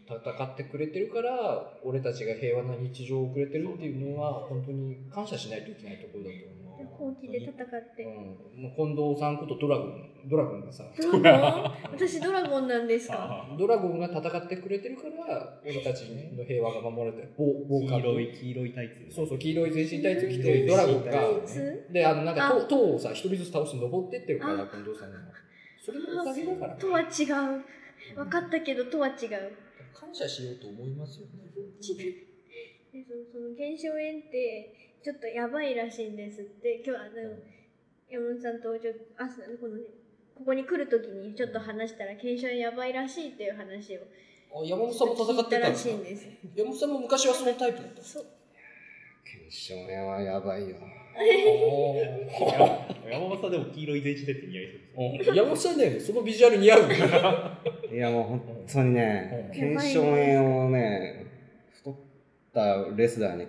戦ってくれてるから、俺たちが平和な日常を送れてるっていうのは、本当に感謝しないといけないところだと思う。
放棄で戦って。
うん、もう近藤さんことドラゴン、ドラゴンがさ、
ドラゴン私ドラゴンなんですか
あ
ドラゴンが戦ってくれてるから、俺たちの平和が守られてる、防
ー
防
黄
寒
色い、黄色いタイツ。
そうそう、黄色い全身タイツ着て、ドラゴンが、
ドイツ
で、あの、なんか
あ
塔、塔をさ、一人ずつ倒して登ってってるから、
あ
近藤さんが。それのおかげだから、
とは違う。分かったけど、とは違う。
感謝しようと思いますよね。
違うでそのその減少炎ってちょっとやばいらしいんですって今日あの山本さんとちょあこの、ね、ここに来るときにちょっと話したら減少炎やばいらしいっていう話を
あ山本さんも戦ってたん
ら
で
し
す
い
か
んです
山本さんも昔はそのタイプだったんです
そう
検証やはやばいよ。
か
山本さんでも黄色い全身タイツ似合いそうですね。
あー山本さんね、そのビジュアル似合うよね。
いやもう本当にね、
うん
検証炎をね、太ったレスラーに、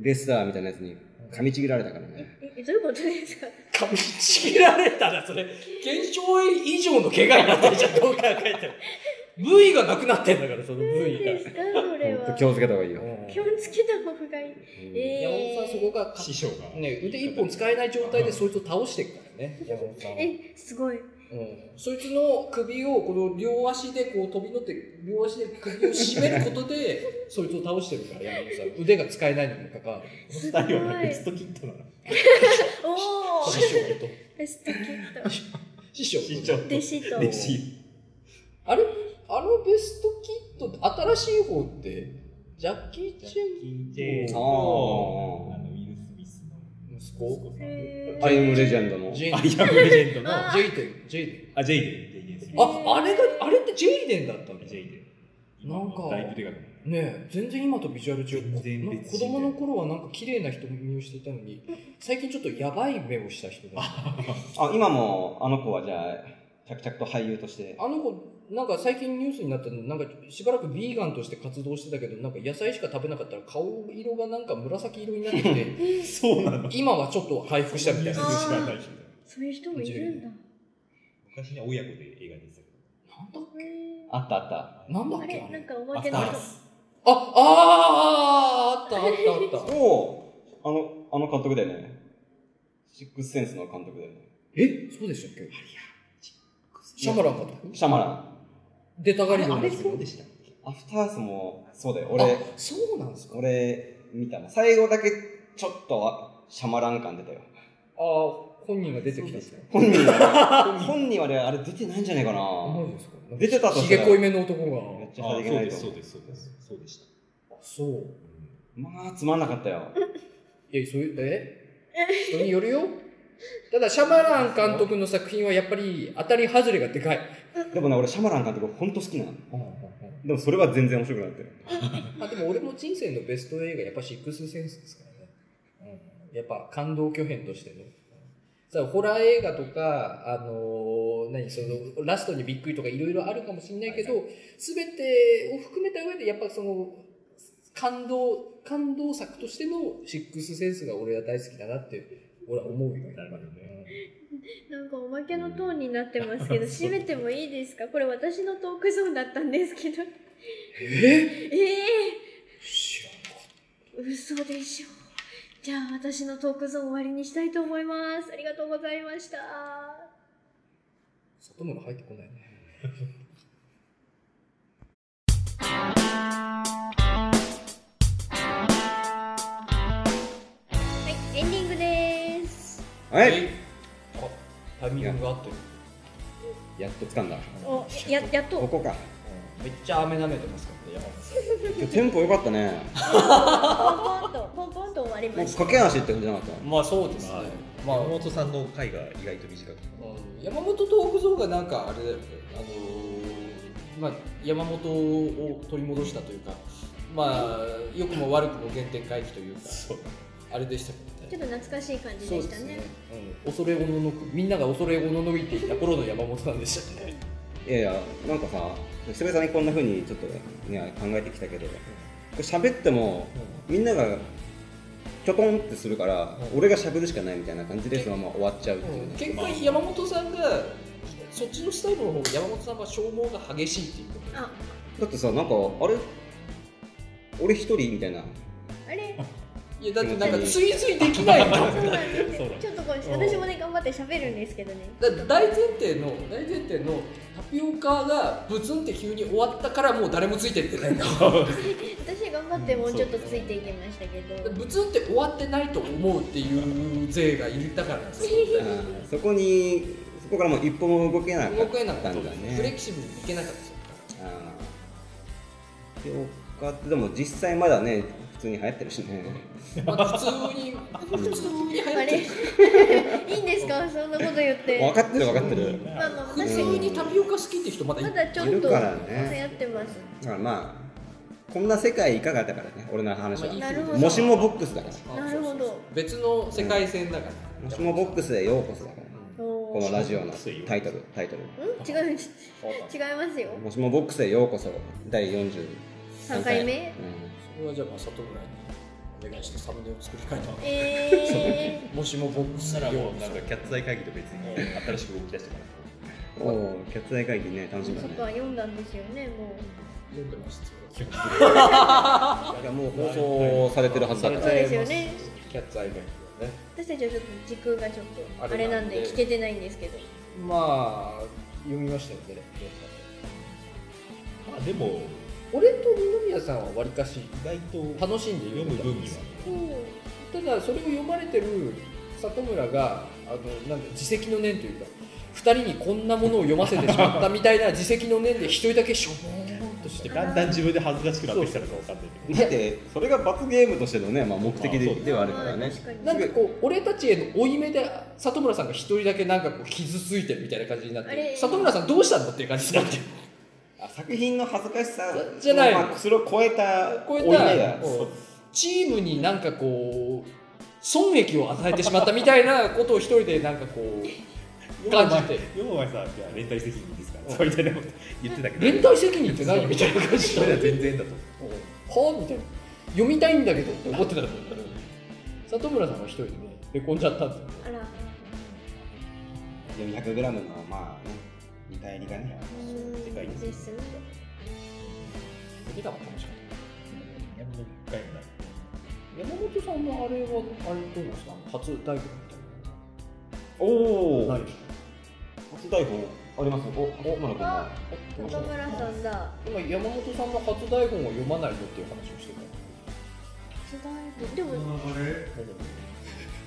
レスラーみたいなやつに噛みちぎられたからね。
ええどういうことですか
噛みちぎられたらそれ減少以上の怪我になってるじゃんどう考えても部位がなくなってんだからその部
何
位が
ですかそれ
本当
は
気をつけた方がいいよ。
気をつけた方がいい、
うん
えー、
山本さんそこが
師匠が。
ね腕一本使えない状態でそいつを倒していくからね山本さんは、
えすごい
うん、そいつの首をこの両足でこう飛び乗って両足で首を締めること でそいつを倒してるから山本さん腕が使えないにもかかわらず
このスタイルはベストキットなの。
おお
師匠と
ベスト キット
師匠
師匠
と
と
弟子と
弟子。
あれあのベストキット新しい方ってジャッキー・チェン
キー・ジェーンと、あ
あー
の、ウィル・スミスの
息
息
子
子さん。
えー
アイムレジェンドの。
ジェイデン
アイアムレジェンドの、
あ
ジェイデンジェイデン
あ、ジェイデン、ジェイデンスミス。
ああれがあれってジェイデンだったんだ
ジェ
ね
イデン。
なんか
だいぶでかくな
え全然今とビジュアル違う
全然
なん
別
か
人
子供の頃はなんか綺麗な瞳をしていたのに最近ちょっとやばい目をした人だあ
あ、今もあの子はじゃあ、着々と俳優として。
の子なんか最近ニュースになったのなんかしばらくビーガンとして活動してたけどなんか野菜しか食べなかったら顔色がなんか紫色になってきて
る。そうなの。
今はちょっと回復したみたいな
あー
知らない人だ
そういう人もいるんだ
昔に親子で映画に出て
なんだ
へー
あったあった。
なんだ
あ
っけ
れ
あ
なん
れ
かお
た。
まけの
アフタ
人
ース
ああーあったあったあった
おおうあの、あの監督だよね。シックスセンスの監督だよね。
えそうでしたっけシャマランかと
シャマラン。
出たがり
あ
の
れ
やつ
そうでしたっけ
アフターアースも、そうだよ。
あ
俺、
そうなんですか
俺、見たの。最後だけ、ちょっとは、シャマラン感出 たよ。
ああ、本人が出てきたんですか
本人は、本人はね、あれ出てないんじゃないかな。
マジですか
出てたと
ひ
した
げ
ら
濃いめの男
め
が。
っちゃさりげないと思う。
す、そうです、そうでした。
そう。
まあ、つまんなかったよ。
いや、そういう、え人による よ。ただ、シャマラン監督の作品はやっぱり当たり外れがでかい。
でもね、俺、シャマラン監督ほんと好きなの。でもそれは全然面白くなってる。
まあでも俺も人生のベスト映画、やっぱシックスセンスですからね。うん、やっぱ感動巨編としてね。さあホラー映画とか、あのー何、その、ラストにびっくりとかいろいろあるかもしれないけど、すべてを含めた上で、やっぱその、感動、感動作としてのシックスセンスが俺は大好きだなって、俺は思うよ。
なるほどね
なんかおまけのトーンになってますけど、閉めてもいいですかこれ私のトークゾーンだったんですけど。
え
え
知らんか
えー、嘘でしょ。じゃあ私のトークゾーン終わりにしたいと思います。ありがとうございました。
里村入ってこないね。
はい、エンディングです。
はい。
あ、タイミングが合ってる。
やっと掴んだ。
お、や、やっ。
ことこか。
めっちゃ雨舐めてますからね、山本さん。
今日テンポ良かったね。
ポンポンと、ポンポンと終わり
も
ま
う
し
駆け足って感じじゃなかっ
まあそうですね。ま
ま
あ、
あ、山本さんの回が意外と短くて。
うん山本トークゾーンがなんかあれだよね。あのーまあ、山本を取り戻したというか、まあ、良くも悪くも原点回帰というか、
そう
あれでしたけ
ちょ
どね。
っと懐かしい感じ
そう
で
で
した
す
ね
ね。うん、恐れおののく、みんなが恐れおののいていた頃の山本さんでしたね。
いやいや、なんかさ、久々にこんな風にちょっとね、考えてきたけど、これ喋っても、みんなが、きょとんってするから、
うん
俺が喋るしかないみたいな感じで、そのまま終わっちゃうっていうね。
結果、山本さんが、そっちのスタイルの方が山本さんは消耗が激しいっていうこと
あ、
だってさ、なんか、あれ俺一人みたいな。
あれ
いや、だってなんか、追随できないんだもん
そうなんです
そう
ね
だ。
ちょっとこう、
うん
私もね、頑張って喋るんですけどね。
だ大前提の大前提のタピオカがブツンって急に終わったからもう誰もついてってないんだ
私頑張ってもうちょっとついていきましたけど。
ブツンって終わってないと思うっていう勢がいたからなんですよ
あーそこに、そこからもう一歩も動けなか
動
っ
けなか
た
った
んだね。
フレキシブルにいけなかったですよ
あーよかったでも実際まだね普通に流行ってるしね
まあ、普通に普通に流行
あ
って
れ
る
いいんですかそんなこと言って。
分かってる分かってる
まあまあ
普
私
通にタピオカ好きって人まだい
ま
る
だちょっと
い
流
るからね
行ってます。
だからまあこんな世界いかがだからね俺の話は
まあいい
なるほど。
もしもボックスだから
あ
なるほど。
別の世界線だから、
もしもボックスへようこそだから
お
この
ー
ラジオのタイトルタイトル
ん違う、違いますよ。
もしもボックスへようこそ第40
3回目
それはじゃあまあ里村にお願いしてサムネを作り変えた
え
もしもボックス
そし
な
た
ら
ら
よ
もうなんかキャッツアイ会議と別に新しく動き出しても
う
ら
ん、おおキャッツアイ会議ね楽しみ
ー、そ
だ
っ
ね
か、読んだんですよね、も
読んでました
いやもう放送されてるはずだか
う。
ら
そうですよね。
キャッツアイベントね。
私たちはちょっと時空がちょっと、あ
あれなんで
れなんで聞けてないんですけど。
まあ、読みましたよね。
うまあでも
俺と二宮さんはわりかし
意外と
楽しんで
読む分には
ただ、それを読まれてる里村が、あの、なんだ、自責の念というか、二人にこんなものを読ませてしまったみたいな自責の念で一人だけしょぼーんとしてる。
だんだん自分で恥ずかしくなってきたのかわかんないけど
だってそれが罰ゲームとしてのね、まあ、目的
まあ
で
そう
ではあるから
まあ
ね
確かに
なんかこう、俺たちへの負い目で、里村さんが一人だけなんかこう、傷ついてるみたいな感じになっ
あ
て
れ、
里村さんどうしたのっていう感じになってる。
あ作品の恥ずかしさ
じゃない
まあそれを超えた
こうい
負い目
った
だ
うんチームになんかこう損益を与えてしまったみたいなことを一人でなんかこう感じて
読む前さじゃあ連帯責任ですからそうみたいなこと言ってたけど
連帯責任って何みたいな感じ
そ
で
れでは全然だと
はあみたいな読みたいんだけどって思ってたから里村さんは一人でねへこんじゃったんですよ
あら。
400g のまあね見返りがね
うん
世界に
ですね。
見たかったもしかした
山の一回もない
山本さんのあれはあれどうなんですか初大学みたい
お
なの
お
ない
初台本ありますおお村君
あ
だ、
岡村さんだ。
今山本さんの初台本を読まないよっていう話をしてた
でも、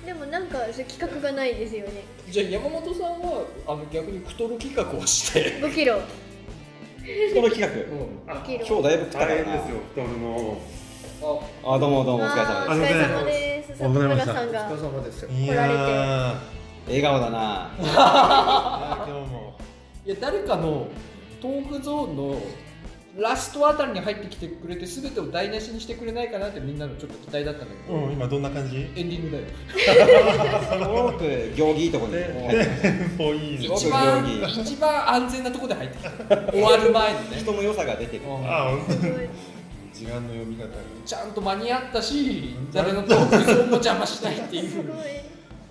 でもなんか、そういう企画がないですよね。
じゃあ山本さんはあの逆にクトル企画をして
5キロ。
この企画
5キロ。
今日だいぶ食ったか
大
ら
変
な
ですよ、太るの。
あ
あどうもどうもお疲れ
あーお
様
あの
で
疲
ね
れ様です。里村さんが。
様ですよ
来られて
す笑顔だな
今日も。
いや誰かのトークゾーンのラストあたりに入ってきてくれて全てを台無しにしてくれないかなってみんなのちょっと期待だったんだけど、
うん、今どんな感じ。
エンディングだよ
すごく行儀いいとこにはい
もういい
すごく
一
行
番
儀
一番安全なとこで入ってきた終わる前のね
人の良さが出てる
うん
あ、
すごい
時間の読み方。
ちゃんと間に合ったし誰のトークゾーンも邪魔しないってい
すご
う
い。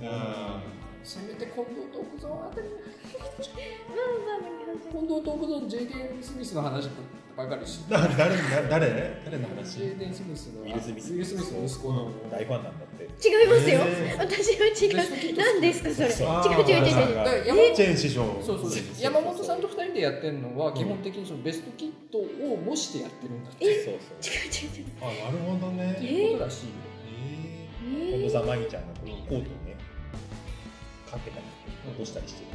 あ
せめて近藤トークゾーンあたりに
まあまあ、
近藤トークゾーン JD スミスの話ばかりし
あ、だ、誰、な誰、誰の話。
JD スミスの
ウィルスミス
ウィル・スミスの息子の
大ファンなんだって
違いますよ
え。
私は違う。何ですか、それ。違う違う違う違う。
だから山本
チェーン師匠。
そうそうです山本さんと2人でやってるのは基本的にそのベストキットを模してやってるんだって
そうそ
違う違う違う。
あ、なるほどね。
いうことらしいよ
う近
え
え
藤さ
ー
んまみちゃんのコートをねかけたり落としたりしてる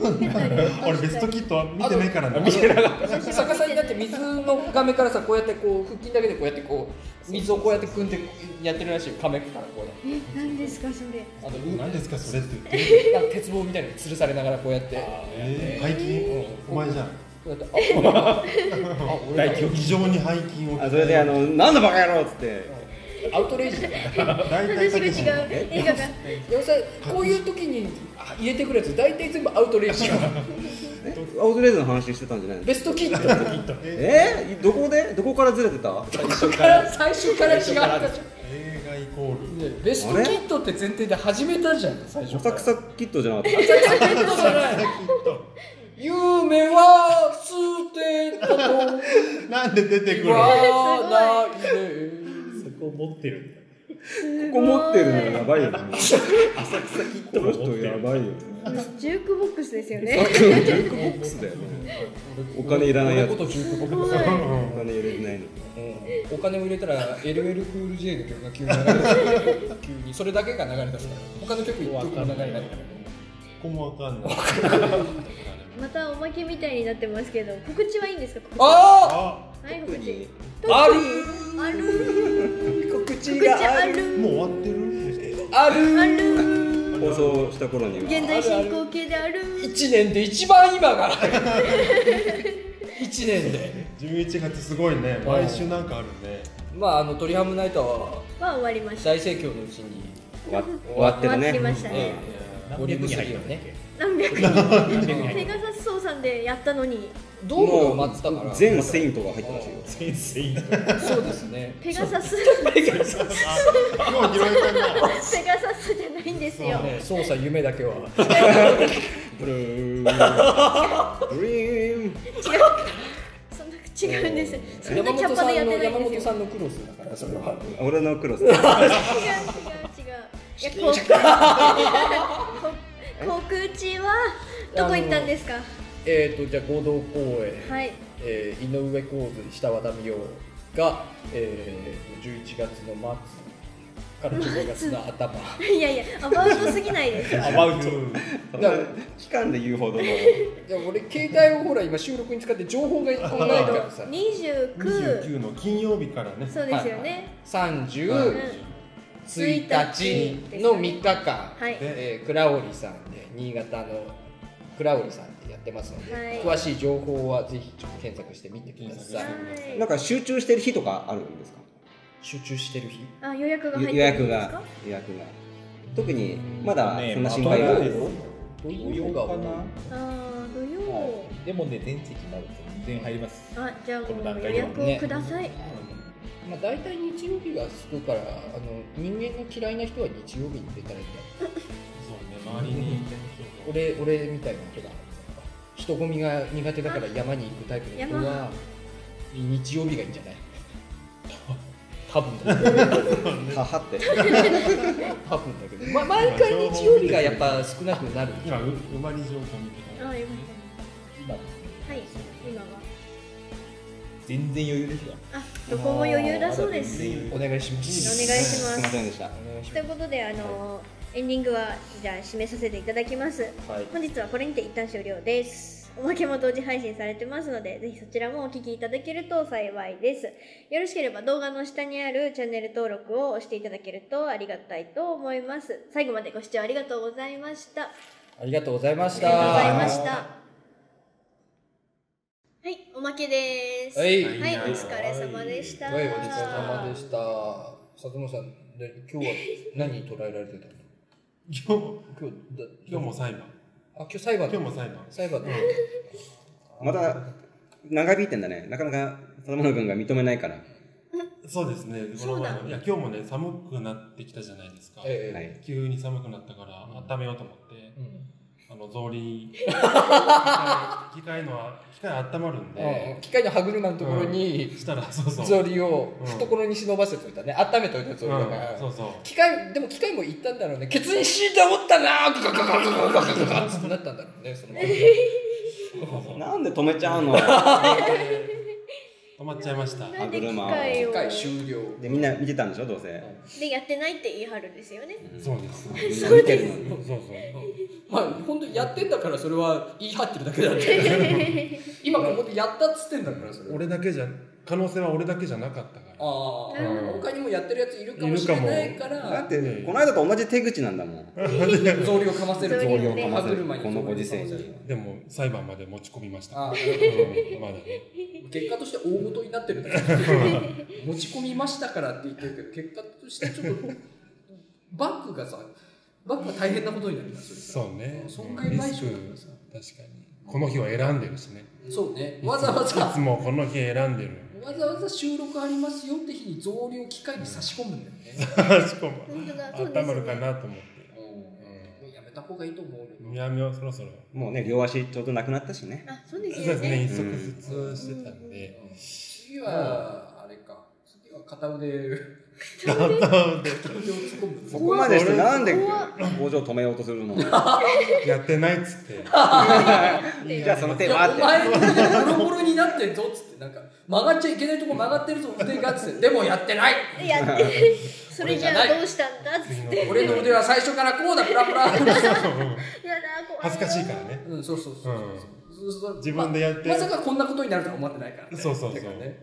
ー俺ベストキットは見てないからな。
逆さになって水の画面からさこうやってこう腹筋だけでこうやってこう水をこうやって組んでやってるらしいよ亀からこうやって
え、何ですか、それ。
あと
何ですか、それって言って。
なんか鉄棒みたいに吊るされながらこうやって
ええ、最近、お前じゃん。
だってああ俺
大
非常に背筋を
あそれであの「なんだバカ野郎!」っつって
アウトレイジだから
大体
話が
だけ
違
ど
う映画が
でもさこういう時に入れてくるやつ大体全部アウトレイジだから
「アウトレイズ」の話してたんじゃないの
ベストキット
えー、どこでどこからずれてたあ
最初から最初から違ったじ
映画イコール
ゃんベストキットって前提で始めたじゃん最初
浅
から
草キットじゃなかっ
夢は捨てたと
なんで出てく
言
る
わないで
そこ持ってるんだ。
たここ持ってるのやばいよね
浅草キッ
こ
ト
の
も
人
持って
や
る。
ばいよね
ジュークボックスですよね
さっきのジュークボックスだよねお金いらないやつ
俺のこと中古
すごい
お金入れてないの
お金を入れたら LL クール J の曲が急に流れて急にそれだけが流れ出すから他の曲一曲も流れないから
ここもわかんない
またおまけみたいになってますけど告知はいいんですか告知
あ
あ
はい告
特
知
に
ある
ある
告知
告
が
知ある
もう終わってる
ある
ある
放送した頃には
現在進行形である
1年で一番今が1年で
11月すごいね毎週なんかあるね
まああの「トリハムナイト」は
は終わりま した
大盛況のうちに
終わ終わってるね
終わりましたね
ボリューム3を
ね
ね。
何百人
何百
ペ
人。
ガサス操さんでやったのに
ドーム
も
が埋まってたから
う全セイントが入ってまし
先生。
そうですね
ペガサス ペ
今日拾えたな
ガサスじゃないんですよ
ね操作夢だけは
ブルーブリーン
そんな違うんですそん
山
な
本
キャッ
さ
パでや
ん
っ
の
てな
山
いん
本
です
さ
よ
んのクロスだからそれは
俺のクロス
違う違う違ういやこうこ告知はどこ行ったんですか
えっ、ー、とじゃあ合同公演、
はい
えー井上公司下和田美桜が、えー、11月の末から12月の頭
いやいやアバウトすぎない です
アバウト。
期間で言うほどの
いや俺携帯をほら今収録に使って情報が一個もないからさ
29
29の金曜日からね
そうですよね、
は
30
い
1日の3日間、
はい
えー、倉織さんで新潟の倉織さんでやってますので、
はい
詳しい情報はぜひちょっと検索してみてください
はい
なんか集中してる日とかあるんですか
集中してる日
あ予約が入っ
予
てるんで
約
すか
が予約が特にまだ
ね
そんな心配が
まとめない
どう
土
いう
曜
のが
かな。
ああ土曜、
でもね全席まだ全然入ります。
あじゃあ
この
も
段
う
階
予
では
約をください、
まあ、大体日曜日がすくからあの人間の嫌いな人は日曜日に出たらいいんだよ
そうね周りに
俺俺みたいな人だ人混みが苦手だから山に行くタイプの人は日曜日がいいんじゃない多分だけど
ははって
多分だけ ど、まあ、毎回日曜日がやっぱ少なくなる
今う馬に情報見て
あ
た
よかっ
今
たはい今は
全然余裕ですよ。
あどこも余裕だそうですお願い
お願いしま
し
す
ます
いませんでした
お願いし
ということであのエンディングはじゃあ締めさせていただきます
すはい
本日はこれにて一旦終了ですおまけも同時配信されてますのでぜひそちらもお聞きいただけると幸いですよろしければ動画の下にあるチャンネル登録を押していただけるとありがたいと思います最後までご視聴ありがとうございました
ありがとうございまし
ありがとうござい
た
ましたはいおまけです
はい
お疲れ様でした
はい、お疲れ様でした。里野さん、で今日は何捉えられてたの
今日
今日だ
今日も裁判
あ、今日裁判
今日も裁判
裁判だ。
また長引いてんだねなかなか佐野君が認めないから
そうですねこの前のいや今日もね寒くなってきたじゃないですか
は
え
い
急に寒くなったから温めようと思って
えうん
あの草 履機械のは機械温まるん
ええ
で
機械の歯車のところに、
したらそうそう
草履を
うん
懐に忍ばせておいたね。温めておいた草
う
履だ
ん
から。
そうそう
機械、でも機械も言ったんだろうね。ケツに敷いておったなーガガガガガガガガガってなったんだろうね、そのまま。
なんで止めちゃうの
止まっちゃいました
なんで機
歯
械
機
を
械終了。
でみんな見てたんでしょどうせ
でやってないって言い張るんですよね
そうです
みんな見てるのに
そうそう
まあ、本当にやってんだから それは言い張ってるだけだね。今ここでやったっつってんだからそれは。
俺だけじゃ可能性は俺だけじゃなかったから。
ああ、
うん
他にもやってるやついるかもしれないか
だっ
ら、
て、この間と同じ手口なんだもん。
草履をかませる
草履をね
歯車に
このご時世に
草履をかませる
でも裁判まで持ち込みました。
ああ
うんまだね。
結果として大事になってるんだけど持ち込みましたからって言ってるけど結果としてちょっとバックがさバックが大変なことになるんだそれさ
そうね。
損害賠
リスク
償だからさ
確かに。この日を選んでるしね。
そうねわざわ
い
ざ
つもこの日選んでる。
わざわざ収録ありますよって日に増量機械に差し込むんだよね、
確かに。
本当だそうですね
温まるかなと思っ
うんもうやめた方がいいと思う俺
て。やめよう、そろそろ。
もうね、両足ちょうどなくなったしね。
あ、そうで
そう
す
で
よ
すね、
ね。
一足ずつしてたんで。
うん次はあれか次は片腕片腕を突っ込む
そこまでしてなんで工場止めようとするのじゃ
やってないっつって。
あその手
いや
はっ
お
て。
前ボロボロになってんぞっつってなんか曲がっちゃいけないとこ曲がってるぞ腕がっつってでもやってない
やって る。それじゃあどうしたんだっつって。
俺の腕は最初からこ うだプラプラ
やだ、怖い。
恥ずかしいから。ね。
うんそうそうそうそうそうそうそう
自分でやって
ままさかこんなことになるとは思ってないからね
そうそうそう
だからね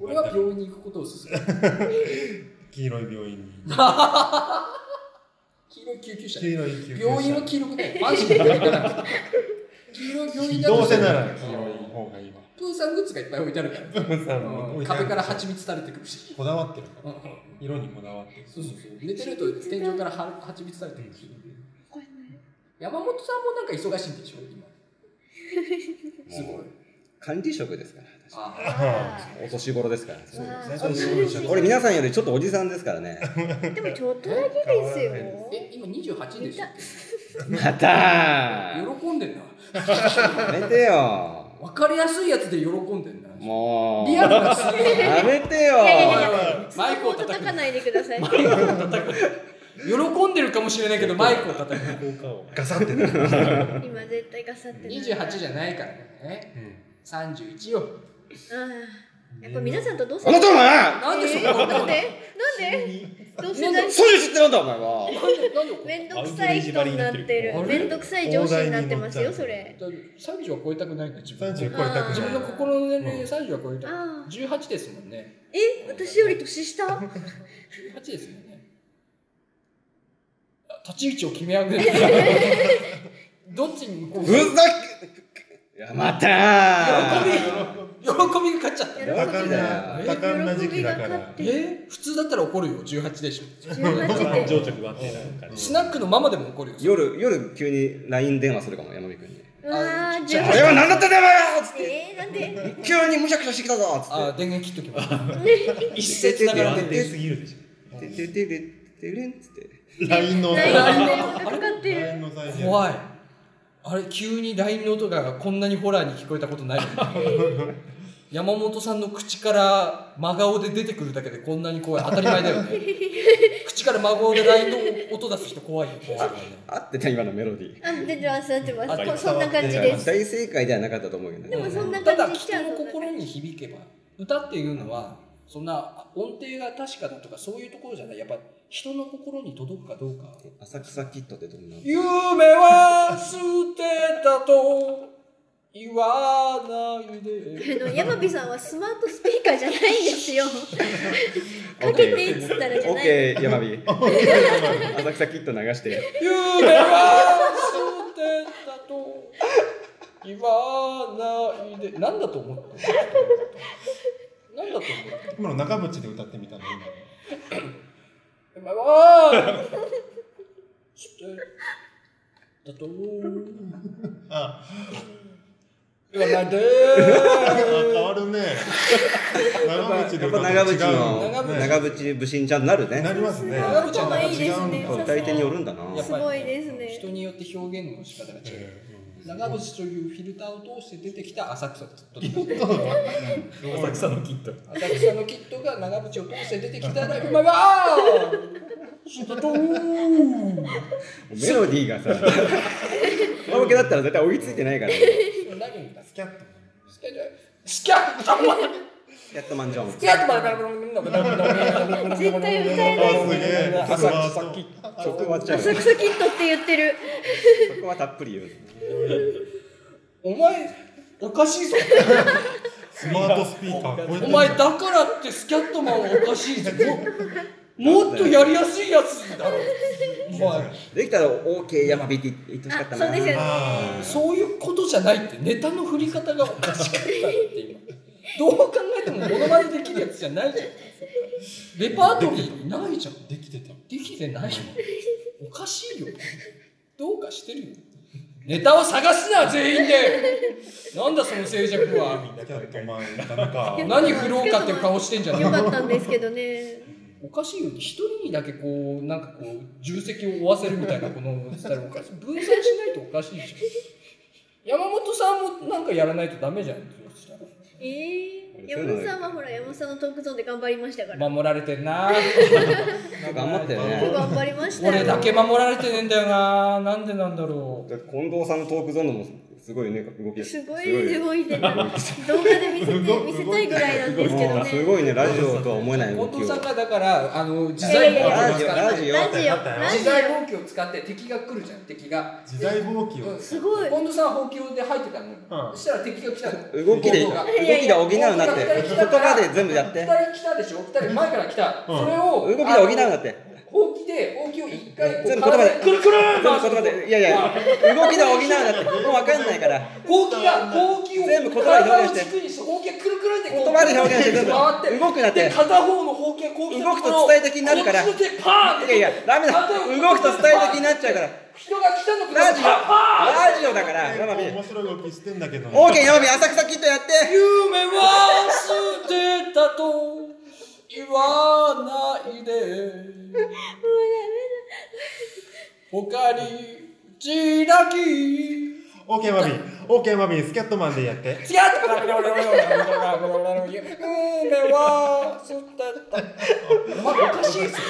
うん俺は病院に行くことを勧 める
黄色い病院に。
黄色い救急車
黄色い救急車
病院は黄色くないマジで病院だから黄色い病院だ
どうせな
う
ら
ん
黄色い方がいいわ。
プーさんグッズがいっぱい置いてあるから
プーさんも
う
置
ん
いてある
壁から蜂蜜垂れてくるし
こだわってるから。
うんうん
色にこだわってる。
そうそうそう寝てると天井からは蜂蜜垂れてくるし
怖いね
山本さんもなんか忙しいんでしょ 今すごい
もう管理職ですから。
あ
あ
お年頃ですから。
ーわ
そうです
ー
ね
俺皆さんよりちょっとおじさんですからね。
でもちょっとだけですよ。
え今28でしょ
またー
喜んでんな
やめてよ
分かりやすいやつで喜んでんな
もう
リアルがすげえ
やめて
いやいやい
よ
や、
マイクを叩く
叩かないでください。
喜んでるかもしれないけどマイクを叩く
ガサってね。
今絶対ガサってない。
28じゃないからね31よ
うんやっぱ皆さんとどうせ
あなたお前
なんで
え
そ
ー
こ
な
なん
ん
で
で なんでどうせ
なん
何
そういう知ってなんだお前は
なんでこ
めんどくさい人になってる
あ。れ
めんどくさい上司になってますよ、それ。
30は超えたくないんだ自分
三
の
十超えたくない。
自分の心の年齢で30は超えた
ああ。
18ですもんね
え、私より年下
18ですもんねあ立ち位置を決め上げる どっちに向こう
ふざけいやまたー
喜び喜びが勝っちゃった
喜
多感
びが
な多感な時期だから。
え普通だったら怒るよ18でしょ
18で。
着不安定な感
スナックのママでも怒るよ
夜夜急に LINE 電話するかも山美君に
うわー、
「あれ
18。
は何だったんだよお前つって
えー、なんで
急にむしゃくしゃしてきたぞつ
あ
っ
ー電源切っときます
て
一節だから
て
安定すぎるでしょ
ててててててれんつって
ラインの
LINE の音がかかってる。
LINE の再現
怖いあれ急に LINE の音がこんなにホラーに聞こえたことない 山本さんの口から真顔で出てくるだけでこんなに怖い当たり前だよ ね口から真顔で LINE の音出す人怖いよ
合ってた今のメロディ
あ、出てます、出てま
あ
す。こそんな感じです。
大正解ではなかったと思うけど
でも
ね
そんな
ただ
感じしち
人
ゃう
の心に響けば歌っていうのはそんな音程が確かだとかそういうところじゃないやっぱ人の心に届くかどうか
浅草キッドってどんな
夢は捨てたと言わないで
あの山火さんはスマートスピーカーじゃないんですよ。かけてっつったらじゃ
オ
ない。
ッケー山美浅草キッド流して
夢は捨てたと言わないでなんだと思ったなんだと思った
今の中渕で歌ってみたの今の
夢は捨てたと
あ
言わないで
あ変わるね長渕で
やっぱ
歌
長
うと
渕
違う
の
長渕
長渕武神ちゃんになるね
なりますね
長渕
頭いいですね。
長渕
歌い手によるんだな
やっ
す
ぱり
ごいですね
人によって表現の仕方が違う
うん
長渕というフィルターを通して出てきた浅草と
浅草のキット
浅草のキットが長渕を通して出てきたら「うまいわー!」シュトトー
メロディーがさカラオケだったら絶対追いついてないからね
ン何だ
スキャット
スキャッスキャットマン
やっとマンジョン
スキャットマンバラバラバラバラバラバラ
絶対歌えない。
あすげえ
浅草キッドそこはちゃうそ
浅草キッドって言ってる。
こはたっぷり言う
お前おかしいぞ
スマートスピーカー超えて
お
る
前だからってスキャットマンはおかしいぞももっとやりやすいやつだろお前
できたら OK 山火って言ってほしかった
あ
な
そうですよね
あー
そういうことじゃないってネタの振り方がおかしかったって今どう考えてもモノマネできるやつじゃないじゃんレパートリーにないじゃん
できてた
できてないよおかしいよどうかしてるよネタを探すな全員でなんだその静寂は
スキャットマンダメか
何振ろうかっていう顔してんじゃねえ
よかったんですけどね
おかしいよ一人にだけこうなんかこう重責を負わせるみたいなこのスタイルおかしい分散しないとおかしいじゃん山本さんもなんかやらないとダメじゃんそしたら
ええ山本さんはほら山本さんのトークゾーンで頑張りましたから
守られてんな
頑張ったよね
頑張りましたよ
俺だけ守られてねえんだよななんでなんだろう
近藤さんのトークゾーンもすごいね動きが
すごい動いてた動画で見せて見せたいぐらいなんですけど
も
ね
うすごいねラジオとは思えない動
近
き
藤
を
さんがだからあの自
いや
在
いやいや
動
ラ
機
ジ
を
オ
使
ラ
っ
ラジ
ジオ
て
オラジ
自在
オ
動機を使って敵が来るじゃん敵が
時代冒険
う
を
ん
すごい
近藤さんはほうきで入ってたのよ、
う
そ
ん
したら敵が来たの
動きで動
近藤が
きで補うなって言葉で全部やっ
二
て
人来たでしょ二人前から来た、
うん
それ
動
を
きで補うな
あの
って
ほうきでほうきを一回こう
全部言葉で
くるくる
全部言葉でいやいや動きで補うなってもう分かんないから
ほうきがほうきを
全部言葉で表現して
体を軸にしてほうきがくるくるってこう
言葉で表現して全部
回って
動くなって
で片方のほうきがこう来たと
動くと
ころ
伝えた気になるから
こっちの手パーンっ
いや
て
いやダメだ
片方
動くと伝えた気になっちゃうから
人が来たのから
ラジオ
パーン
ラジオだから山火
面白い動きしてんだけど
オーケー山火浅草キットやって
夢は捨てたと言わないで他にちらき
オーケーマミーオーケーマミースキャットマンでやって
違う夢は捨てたお前おかしいっすよ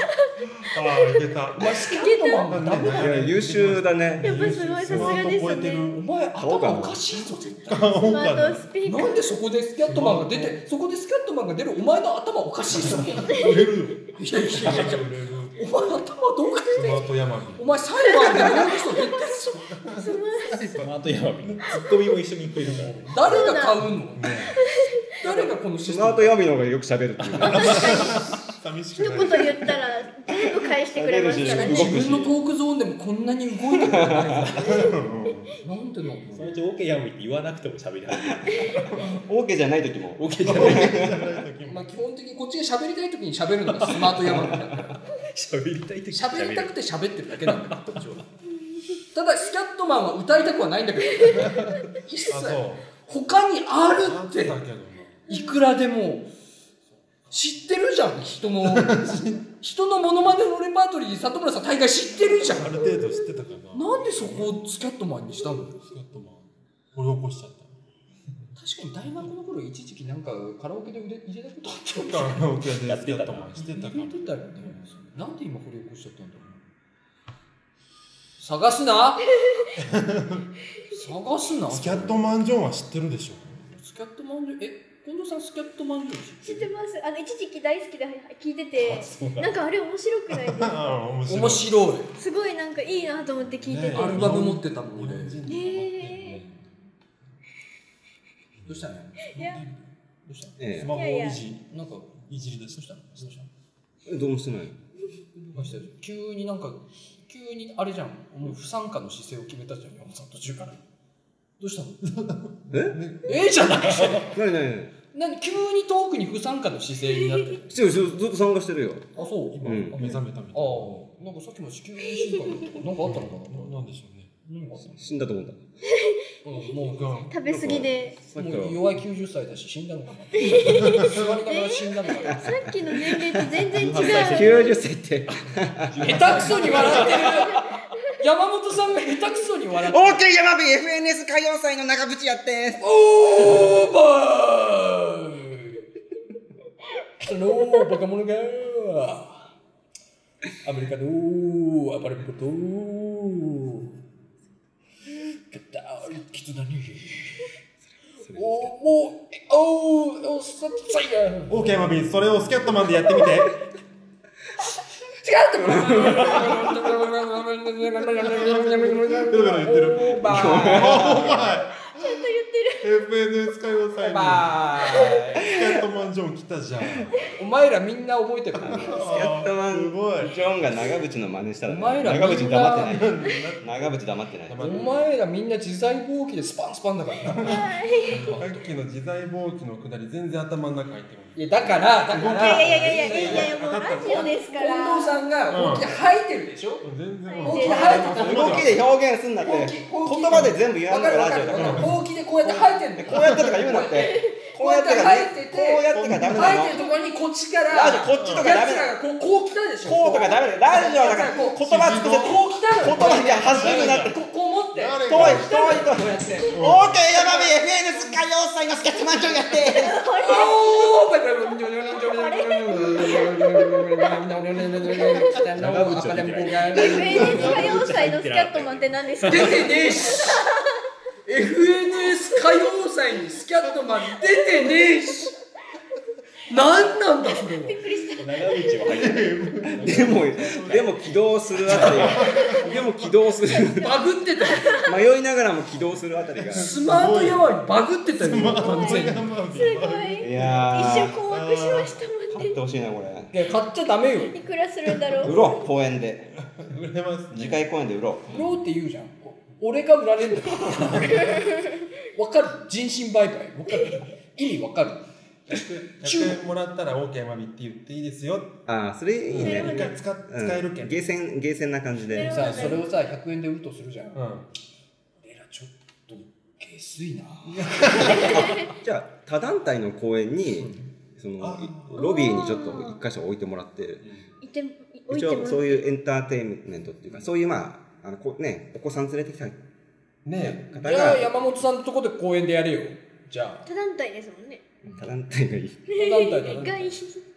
ああいけた
お前スキャットマンがダメだよ
優秀だね
やっぱすごいさすがで
スマート超え
す
て
ね
る
お前頭おかしいぞ絶対
あ
ス
音
マ
感
ー
だ
トスピーカ
なん
ー
でそこでスキャットマンが出てそこでスキャットマンが出るお前の頭おかしいっすよ
売れるよ
いやいやいやいや
売れる
お前頭どうかし
ス
てん
マ
の
ートヤマ
お前裁判で日本の人絶対そう
スマートヤマビツッコミも一緒にいっぱいいるから
誰が買うの誰がこのシ
ス
ス
マ
テ
ート
ム
闇の方がよく喋るっていうね
寂し
一
く
言
ない
言ったら全部返してくれますからね
自分のトークゾーンでもこんなに動いてくれないなんでなの
そのうちオーケーヤマビって言わなくても喋り始める
オーケーじゃない時も
オーケーじゃない
まあ基本的にこっちが喋りたい時に喋るのがスマート山みたいな
喋りたい時に
喋りた
る
くて喋ってるだけなんだよただスキャットマンは歌いたくはないんだけど一切
あそう
他にあ
あ
る
っ
った
け
て
どない
くらでも知ってるじゃん人の人のモノマネのレパートリー里村さん大概知ってるじゃん
ある程度知ってたかな
なんでそこをスキャットマンにしたの確
スキャットマン掘り起こしちゃっ
かに大学の頃一時期なんかカラオケで腕入れたことあったよね
たカラオケで
やっ
スキ
て
ャ
た
ッ
な
トマンしてたか
入
ら
れてたよねなんで今掘り起こしちゃったんだろう探すな 探すな
スキャットマンジョンは知ってるでしょ
スキャットマンジョえ近藤さんスキャットマンジョ
知ってますあの一時期大好きで聞いててなんかあれ面白くないです
あ
か
あ面白い
面白い
すごいなんかいいなと思って聞いてて、
ね
アルバム持ってたもん俺
日本人
ど
に
え
うしたのど
いや
うした
え
スマホをいじ
なんか
いじり出した
どうした
えどうもしてない
どうした急になんか急にあれじゃんもう不参加の姿勢を決めたじゃん山本さん途中からどうしたの
え
ええじゃない
何何何
何急にトークに不参加の姿勢になってる
違う違うずっと参加してるよ
あそう
今
うん
目覚めたみた
あ
い
あ、なんかさっきも子宮進化だとか、なんかあったのかな。
ななんでしょうね
何があったの
死んだと思った
うんも
僕は
食べ過ぎで
さ
う、
っき
も
は
う弱い90歳だし、死んだのかな。座りながら死んだのかな。
さっきの年齢と全然違う
90歳って
下手くそに笑ってる。山本さんが下手くそに笑ってる。
オーケー山火 FNS 歌謡祭の長渕やって
オーバー。そのバカ者が。アメリカの暴れん坊と。語る絆に。お、もう、お、お、さ、さいや。
オーケーマビーそれをスキャットマンでやってみて
違うってこと言ってる
おー
言ってる。
FNS 歌謡祭に
バーイ
スキャットマンジョン来たじゃん。
お前らみんな覚えてるから
スキャットマン
すごい。
ジョンが長渕の真似したら、
お前らみんな
長渕黙ってない。長渕黙ってない。
黙
お前らみんな自在ぼうきでスパンスパンだからな
さっきの自在ぼうきのくだり全然頭の中入ってこ
いやだからだか
い
ら
やいやいやいやいやいや、もうラジオですから。
近藤さんがほうきで吐いてるでしょ、
ない。全然
ほうきで吐いてた
うん
動きで表現すんなって、
ほう
言
きほうき
葉で全部言わ
わ
な
か
い
るわ
ラ
か
ジオ
る
だから。こ
ほうきでこうやって吐いてるんだよ
うやってとか言うなって。こうやってとか、こうやってとかダメなの
入って。るところにこっちから
ラジオこっちとかダメだ
やつらがこうこう来たでしょ
こうとかダメだよ。ラジオだから
こ
言
う
葉作って、
こう来た
言
の
葉
よ
で走るなって。
ここう持って
誰
遠い、遠いと。
こう
オーケ
やって
ー、山火 FNS 歌謡祭のスキャッチマンジョンやって。
FNS 歌謡 祭のスキャットマンって何 ですか
出てねえし FNS 歌謡祭にスキャットマン出てねえし何なんだそれは
長渕は入ってる。
でも、でも起動するあたりが、でも起動する。
バグってた よ
迷いながらも起動するあたりが。
スマートヤマーにバグってたよ完全に
すごい。
い
一
やー
瞬困惑しましたもん
買っ
ね
て。ほしいな、これ。
いや買っちゃダメよ
いくらするんだろ
売
う。
ろう、公園で。
売れます
次回公演で売ろう。
売ろうって言うじゃん俺が売られるんだ わかる人身売買わかる意味わかる
100円もらったら OK マビって言っていいですよ。
ああ、それいいね。
一回使使
うん
えるけん。
ゲーセン、ゲーセンな感じで。
さそれをさ100円で売るとするじゃん
うん。
俺らちょっと下水 な
じゃあ、他団体の公演に、その
あ、ー
ロビーにちょっと一箇所置いてもらって、
いて、置い
一
て
応
も
そういうエンターテインメントっていうか、そういうまあ、あのこね、お子さん連れてきた
ね
方
じゃあ
が、
山本さんのとこで公園でやれよじゃあ
他団体ですもんね。
他団体がいい。
他団体だ
外
ね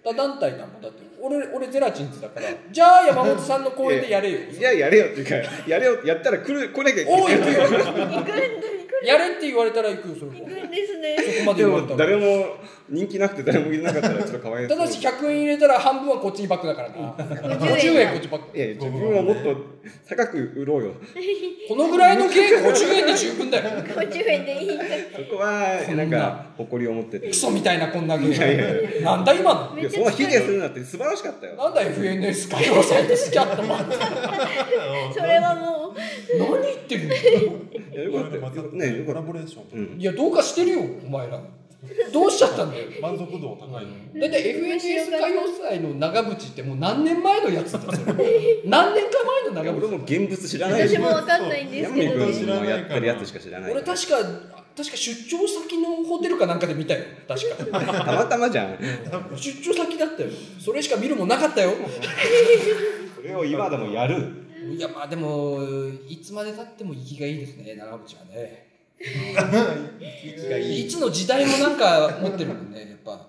他団体だもんだって俺俺ゼラチンズだからじゃあ山本さんの公園でやれよ
いや、やれよっていうか、やれよ、やったら来る、来なきゃいけ
おう
ない。
行くよ
行くんだ、行く
やれって言われたら行くよそれ
行
は
くんですね。
そこまで
で
言われ
も
た、ら
誰も人気なくて誰もいなかったらちょっとかわいそ
た
う
だし100円入れたら半分はこっちにバックだからな50
50
円
円
こっちバック
いやいや、自分はもっと高く売ろうよ。
このぐらいのケーキ50円で十分だよ
50円でいいんだ。
そこは、
こんな
なんか、誇りを持ってて。
クソみたいなこんなゲ
いや
ームなんだ今の
いや、そんな卑下するなんて素晴らしかったよ。
なんだ FNS 歌謡祭とスキャットマンって
それはもう、
何言ってるの
いや、よかったよ。ね、よか
コラ
った。
ボレーシ ョン。
うん。
いやどうかしてるよお前らどうしちゃったんだよ
満足度高いの。
だって FNS 歌謡祭の長渕ってもう何年前のやつだよそれ何年か前の
いや
長
俺
渕
も現物知らないし
私もわかんないんです
山
け
見
ど
いやもう
ね
行。
君のやってるやつしか知らない
俺確か確か出張先のホテルかなんかで見たよ確か
たまたまじゃん
出張先だったよそれしか見るもんなかったよ
それを今でもやる
いやまあでもいつまでたっても生きがいいですね長渕はねいつの時代もなんか持ってるもんねやっぱ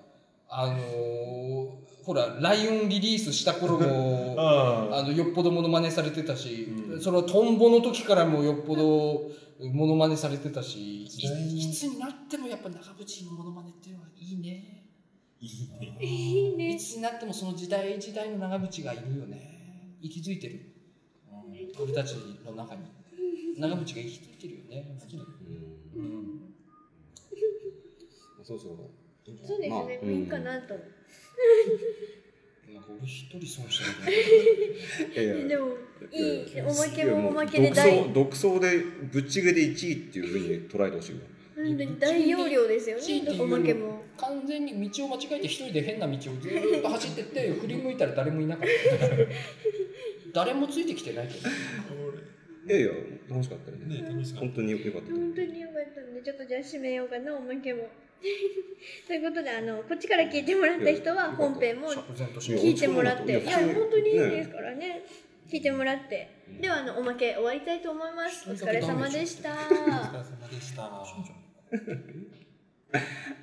あのー、ほら「ライオン」リリースした頃も
あ
あのよっぽどモノマネされてたし、
うん
そのトンボの時からもよっぽどモノマネされてたしい
時代に
いつになってもやっぱ長渕のモノマネっていうのはいいね
いいね
い。つになってもその時代時代の長渕がいるよね息づいてる、うん、俺たちの中に長渕が息づいてるよね好きだようん
そうそう
そうですね、
まあ
いいかなと。
なんか俺一人損してる
い
で
や
も、いい、おまけ
いや
もお
う
まけで
独
大、
走独走でぶっちぎりで1位っていうふうに捉えてほしいよ
本当に大容量ですよ
強い
ね
て、言う
おまけも。
完全に道を間違えて一人で変な道をずーっと走ってって振り向いたら誰もいなかった誰もついてきてないけど
いやいや楽しかったよね
ね楽しかっ
本当によかったと思
本
う
当によかったんで、ちょっとじゃあ締めようかな、おまけも。 ということで、あの、こっちから聞いてもらった人は本編も
釈然とし
いや
て
聞いてもらって、い
い
や
や、
本当にいいですからね。聞いてもらって。では、あの、おまけ終わりたいと思います。お疲れ様でした。
た。お疲れ様でした。
そうじゃん